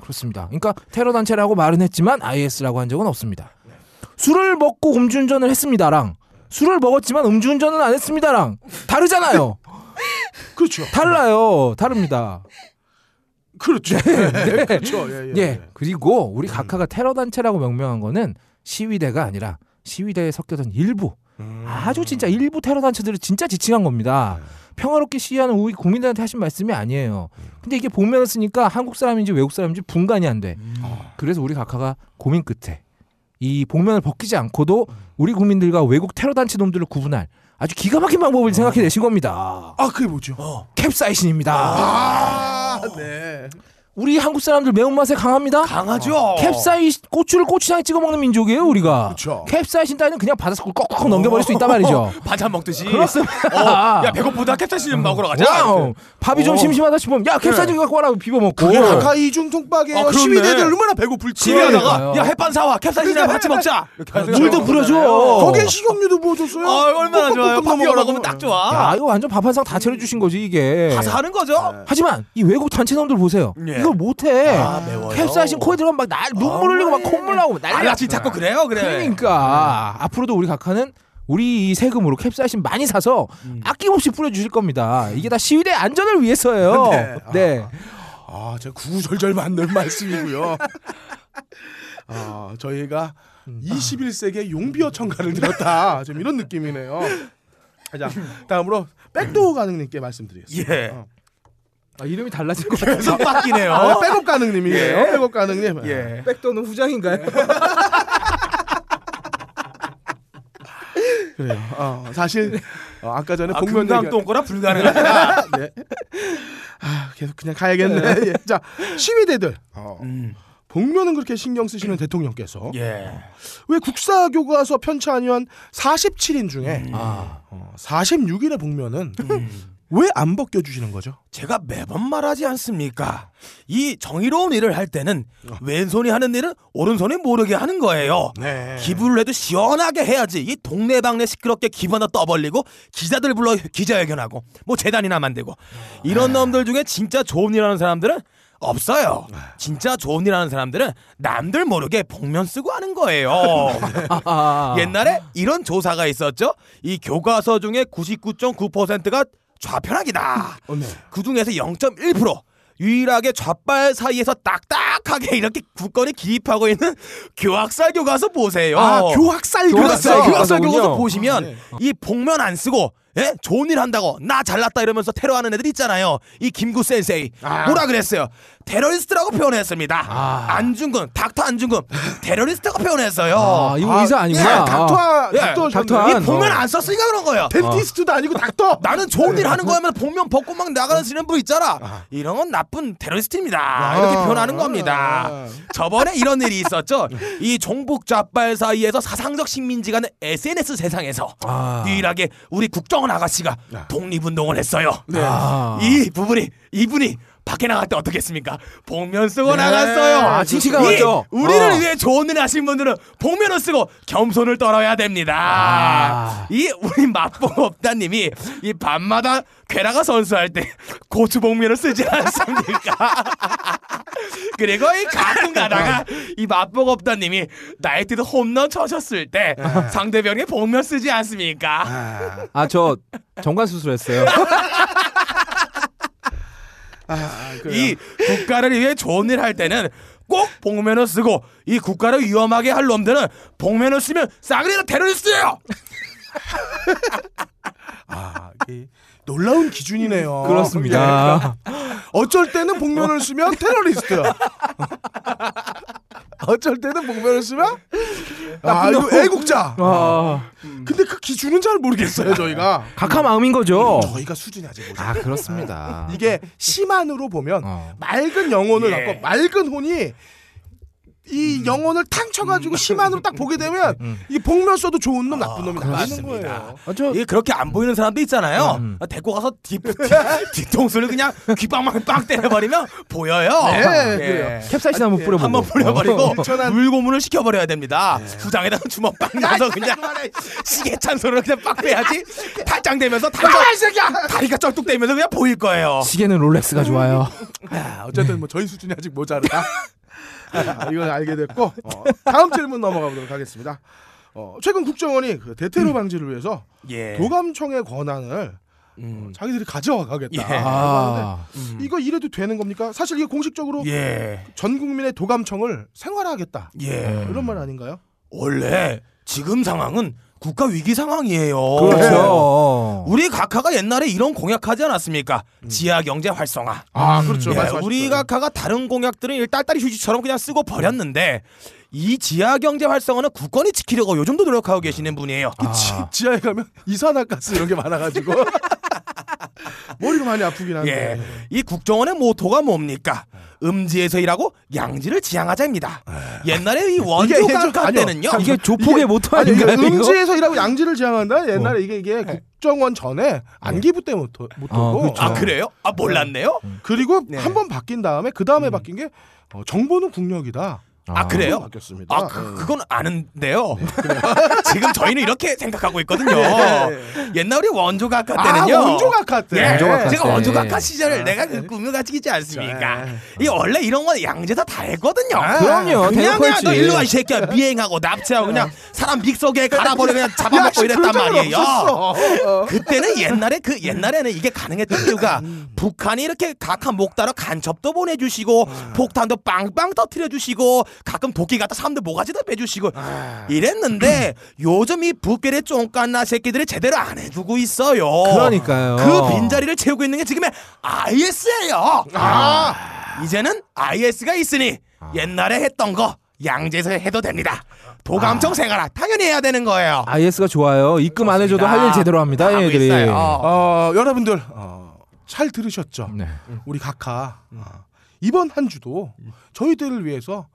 D: 그렇습니다. 그러니까 테러 단체라고 말은 했지만 IS라고 한 적은 없습니다. 술을 먹고 음주운전을 했습니다랑 술을 먹었지만 음주운전은 안 했습니다랑 다르잖아요.
B: 그렇죠.
D: 달라요. 다릅니다.
B: 그렇죠.
D: 네.
B: 그렇죠. 예, 예,
D: 예. 그리고 우리 각하가 테러 단체라고 명명한 거는 시위대가 아니라 시위대에 섞여선 일부 아주 진짜 일부 테러 단체들을 진짜 지칭한 겁니다. 평화롭게 시위하는 우리 국민들한테 하신 말씀이 아니에요. 근데 이게 보면을 쓰니까 한국 사람인지 외국 사람인지 분간이 안 돼. 그래서 우리 각하가 고민 끝에 이 복면을 벗기지 않고도 우리 국민들과 외국 테러 단체 놈들을 구분할 아주 기가 막힌 방법을 생각해 내신 겁니다.
B: 아 그게 뭐죠?
D: 어. 캡사이신입니다.
B: 아,
A: 어.
B: 네.
D: 우리 한국 사람들 매운맛에 강합니다. 강하죠. 아. 캡사이신 고추를 고추장에 찍어 먹는 민족이에요, 우리가.
A: 그쵸.
D: 캡사이신 따위는 그냥 받아서 꺽꺽 넘겨버릴 수 있단 말이죠.
A: 반찬 먹듯이.
D: 그렇습니다.
A: 어, 야 배고프다 캡사이신 좀 먹으러 가자.
D: 와우. 밥이 좀
A: 어.
D: 심심하다 싶으면 야
A: 네.
D: 캡사이신 갖고 와라 비벼 먹고.
B: 그게 각하 이중 통박에
D: 아,
B: 요
D: 그렇네.
B: 시위대들 얼마나 배고플지.
D: 집에 가다가, 야, 햇반
A: 사와. 캡사이신이랑 같이 먹자. 그러니까. 이렇게 하는
D: 물도 부려줘.
B: 거기에 식용유도 부어줬어요.
A: 아, 얼마나 좋아요. 밥 비벼 먹으면 딱 좋아.
D: 야 이거 완전 밥 한 상 다 차려주신 거지 이게.
A: 다 사는 예. 거죠.
D: 하지만 이 외국 단체 놈들 보세요. 이걸 못해.
A: 아,
D: 캡사이신 코에 들어가면 막 날, 눈물 흘리고 막 콧물 나오고 난리.
A: 네. 알라지 자꾸 그래요, 네. 그래.
D: 그러니까 앞으로도 우리 각하는 우리 이 세금으로 캡사이신 많이 사서
A: 음.
D: 아낌없이 뿌려주실 겁니다. 이게 다 시위대 안전을 위해서예요.
B: 네.
D: 네.
B: 아, 제가 구구절절 맞는 말씀이고요. 아, 저희가
A: 음.
B: 21세기의 용비어 청가를 들었다. 좀 이런 느낌이네요. 자, 다음으로 백도어 가능님께 말씀드리겠습니다.
A: 예.
B: 어.
D: 아, 이름이 달라진 거
A: 계속 바뀌네요.
B: 아, 백업 가능님이에요.
A: 예.
B: 백업 가능님.
A: 예.
D: 백도는 후장인가요?
B: 그래요. 어, 사실 어, 아까 전에
A: 아,
B: 복면
A: 금강
B: 얘기하-
A: 똥꼬라 불가능하다.
B: 네. 아, 계속 그냥 가야겠네. 예. 자, 시위대들. 어. 복면은 그렇게 신경 쓰시는 대통령께서
A: 예.
B: 왜 국사 교과서 편찬위원 47인 중에
D: 아. 음.
B: 어, 46일의 복면은 왜 안 벗겨주시는 거죠?
A: 제가 매번 말하지 않습니까? 이 정의로운 일을 할 때는 왼손이 하는 일은 오른손이 모르게 하는 거예요. 기부를 해도 시원하게 해야지. 이 동네방네 시끄럽게 기부 하나 떠벌리고 기자들 불러 기자회견하고 뭐 재단이나 만들고 이런 놈들 중에 진짜 좋은 일 하는 사람들은 없어요. 진짜 좋은 일 하는 사람들은 남들 모르게 복면 쓰고 하는 거예요. 아,
D: 아,
B: 아.
A: 옛날에 이런 조사가 있었죠. 이 교과서 중에 99.9%가 좌편악이다.
B: 어, 네.
A: 그 중에서 0.1% 유일하게 좌빨 사이에서 딱딱하게 이렇게 굳건히 기입하고 있는 교학살 교과서 보세요.
B: 아, 교학살 교과서.
A: 교학살, 교학살 교과서
B: 교과서군요.
A: 보시면
B: 아, 네.
A: 이 복면 안 쓰고 예? 좋은 일 한다고 나 잘났다 이러면서 테러하는 애들 있잖아요. 이 김구 센세이
B: 아.
A: 뭐라 그랬어요? 테러리스트라고 표현했습니다. 안중근 닥터 안중근 테러리스트라고 표현했어요.
D: 아, 이거 의사 아니구나.
A: 예,
D: 아.
A: 닥터,
D: 예,
A: 닥터
D: 닥터
A: 이
D: 안,
A: 복면
D: 어.
A: 안 썼으니까 그런 거예요.
D: 덴티스트도
A: 아니고 닥터. 나는 좋은 일
D: 어.
A: 하는 거면 복면 벗고 막 나가는 시는분 있잖아. 이런 건 나쁜 테러리스트입니다. 이렇게 표현하는
D: 아.
A: 겁니다. 저번에 이런 일이 있었죠. 이 종북 좌빨 사이에서 사상적 식민지가는 SNS 세상에서
D: 아.
A: 유일하게 우리 국정원 아가씨가 독립운동을 했어요.
F: 네.
A: 아. 이 부분이 이분이 밖에 나갈 때 어떻게 했습니까? 복면
F: 네.
A: 쓰고 뭐 나갔어요.
F: 아, 칭칭한
A: 이
F: 거죠.
A: 우리를
F: 어.
A: 위해 좋은 일 하신 분들은 복면을 쓰고 겸손을 떨어야 됩니다.
F: 아.
A: 이 우리 맛보없다님이 이 밤마다 괴라가 선수할 때 고추 복면을 쓰지 않습니까? 그리고 이 가끔 가다가 이 맛보고 없다님이 나이트도 홈런 쳐셨을 때
F: 아.
A: 상대방의 복면 쓰지 않습니까?
D: 아 저 정관 수술했어요.
A: 이 국가를 위해 좋은 일 할 때는 꼭 복면을 쓰고 이 국가를 위험하게 할 놈들은 복면을 쓰면 싸그리다 테러리스트예요.
B: 아, 놀라운 기준이네요.
D: 아, 음, 그렇습니다.
B: 예, 그럼. 어쩔 때는 복면을 쓰면 테러리스트. 어쩔 때는 복면을 쓰면 아, 이거 애국자.
D: 아.
B: 근데 그 기준은 잘 모르겠어요 저희가.
D: 각하 마음인 거죠.
B: 저희가 수준이 아직 모자.
D: 아 그렇습니다.
B: 이게 심한으로 보면 맑은 영혼을
D: 예.
B: 갖고 맑은 혼이 이 영혼을 탕 쳐가지고 심한으로 딱 보게 되면 이 복면 써도 좋은 놈 나쁜 놈이 나가는 거예요.
A: 이게 그렇게 안 보이는 사람도 있잖아요. 아, 데리고 가서 뒤, 뒤, 통수를 그냥 귓방망이 빵 때려버리면 보여요.
B: 예,
D: 네, 그래요. 캡사이신 한번 뿌려보고.
A: 한번
D: 어.
A: 뿌려버리고
D: 일천한-
A: 물고문을 시켜버려야 됩니다. 후장에다가 주먹 빵 넣어서 그냥 시계찬 소리를 그냥 빡 빼야지 탈장되면서 다리가,
B: 아, 이 새끼야!
A: 다리가 쩔뚝대면서 그냥 보일 거예요.
D: 어. 시계는 롤렉스가 좋아요.
B: 아, 어쨌든 뭐 저희 수준이 아직 모자르다. 아, 이건 알게 됐고 어, 다음 질문 넘어가 보도록 하겠습니다. 어, 최근 국정원이 그 대테러 방지를 위해서
A: 예.
B: 도감청의 권한을 어, 자기들이 가져가겠다.
A: 예.
B: 아.
A: 음.
B: 이거 이래도 되는 겁니까? 사실 이게 공식적으로
A: 예.
B: 전 국민의 도감청을 생활화하겠다.
A: 예.
B: 이런 말 아닌가요?
A: 원래 지금 상황은 국가 위기 상황이에요.
D: 그렇죠.
A: 우리 각하가 옛날에 이런 공약하지 않았습니까? 지하 경제 활성화.
B: 아, 그렇죠.
A: 예,
B: 음. 말씀하셨죠.
A: 우리 각하가 다른 공약들은 이 딸딸이 휴지처럼 그냥 쓰고 버렸는데 이 지하 경제 활성화는 국권이 지키려고 요즘도 노력하고
B: 네.
A: 계시는 분이에요.
B: 아. 지, 하에 가면 이산화가스 이런 게 많아가지고 머리가 많이 아프긴 한데. 네.
A: 예, 이 국정원의 모토가 뭡니까? 음지에서 일하고 양지를 지향하자입니다. 옛날에 이 원조
B: 네. 이게 좀-
A: 강가
B: 아니요.
A: 때는요.
D: 이게 그 조폭의 모토
B: 아니 이게
D: 아닌가요? 이거?
B: 음지에서 일하고 양지를 지향한다. 옛날에 이게 이게 국정원 전에 안기부 때 모토, 모토고.
A: 아, 그래요? 아 몰랐네요.
B: 음. 그리고 한 번 바뀐 다음에 그 다음에 바뀐 게 어, 정보는 국력이다. 네.
A: 아 그래요?
B: 바뀌었습니
A: 아 그, 그건 아는데요.
B: 네.
A: 지금 저희는 이렇게 생각하고 있거든요. 옛날 우리 원조각하 때는요.
B: 아, 원조각하 때. 네.
A: 예,
B: 원조각하 아.
A: 제가
B: 때.
A: 원조각하 시절을 내가 그 꿈을 가지고 있지 않습니까? 이 원래 이런 건 양재 다 다 했거든요.
D: 아, 그럼요.
A: 그냥
D: 대놓고
A: 그냥
D: 했지.
A: 너 일로 와이 새끼야 미행하고 납치하고 그냥 사람 믹서기에 갈아버려 그냥
B: 아. 그러니까 야,
A: 잡아먹고 이랬단
B: 그런 적은
A: 말이에요.
B: 없었어.
A: 그때는 옛날에 그 옛날에는 이게 가능했던 이유가
B: 음.
A: 북한이 이렇게 각한 목다로 간첩도 보내주시고
B: 아.
A: 폭탄도 빵빵 터트려주시고 가끔 도끼 갖다 사람들 모가지도 빼주시고
B: 아.
A: 이랬는데 요즘 이 북괴의 쫑깐나 새끼들이 제대로 안 해주고 있어요.
D: 그러니까요.
A: 그 빈자리를 채우고 있는 게 지금의 IS예요. 이제는 IS가 있으니
D: 아.
A: 옛날에 했던 거 양재에서 해도 됩니다. 도감청 생활화 당연히 해야 되는 거예요. 아,
D: IS가 아. 좋아요. 입금 안 해줘도 할 일 제대로 합니다.
A: 하고
D: 얘들이.
A: 있어요.
B: 어, 여러분들 어, 잘 들으셨죠?
D: 네. 음.
B: 우리 각하 어, 이번 한 주도 저희들을 위해서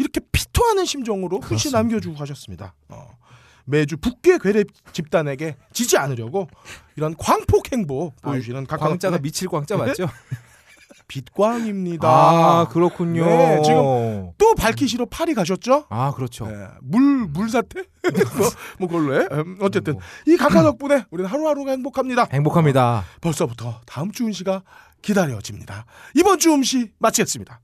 B: 이렇게 피토하는 심정으로 후시 남겨주고 가셨습니다. 어, 매주 북괴 괴뢰 집단에게 지지 않으려고 이런 광폭 행보 보여주시는 각
D: 아, 광자가 미칠 광자 맞죠?
B: 빛광입니다.
D: 아, 그렇군요.
B: 네, 지금 또 밝히시러 파리 가셨죠? 네,
D: 아 그렇죠.
B: 물 물사태 뭐, 뭐 그걸로 해. 음, 어쨌든 이 각하 덕분에 우리는 하루하루가 행복합니다.
D: 행복합니다.
B: 벌써부터 다음 주 음시가 기다려집니다. 이번 주 음시 마치겠습니다.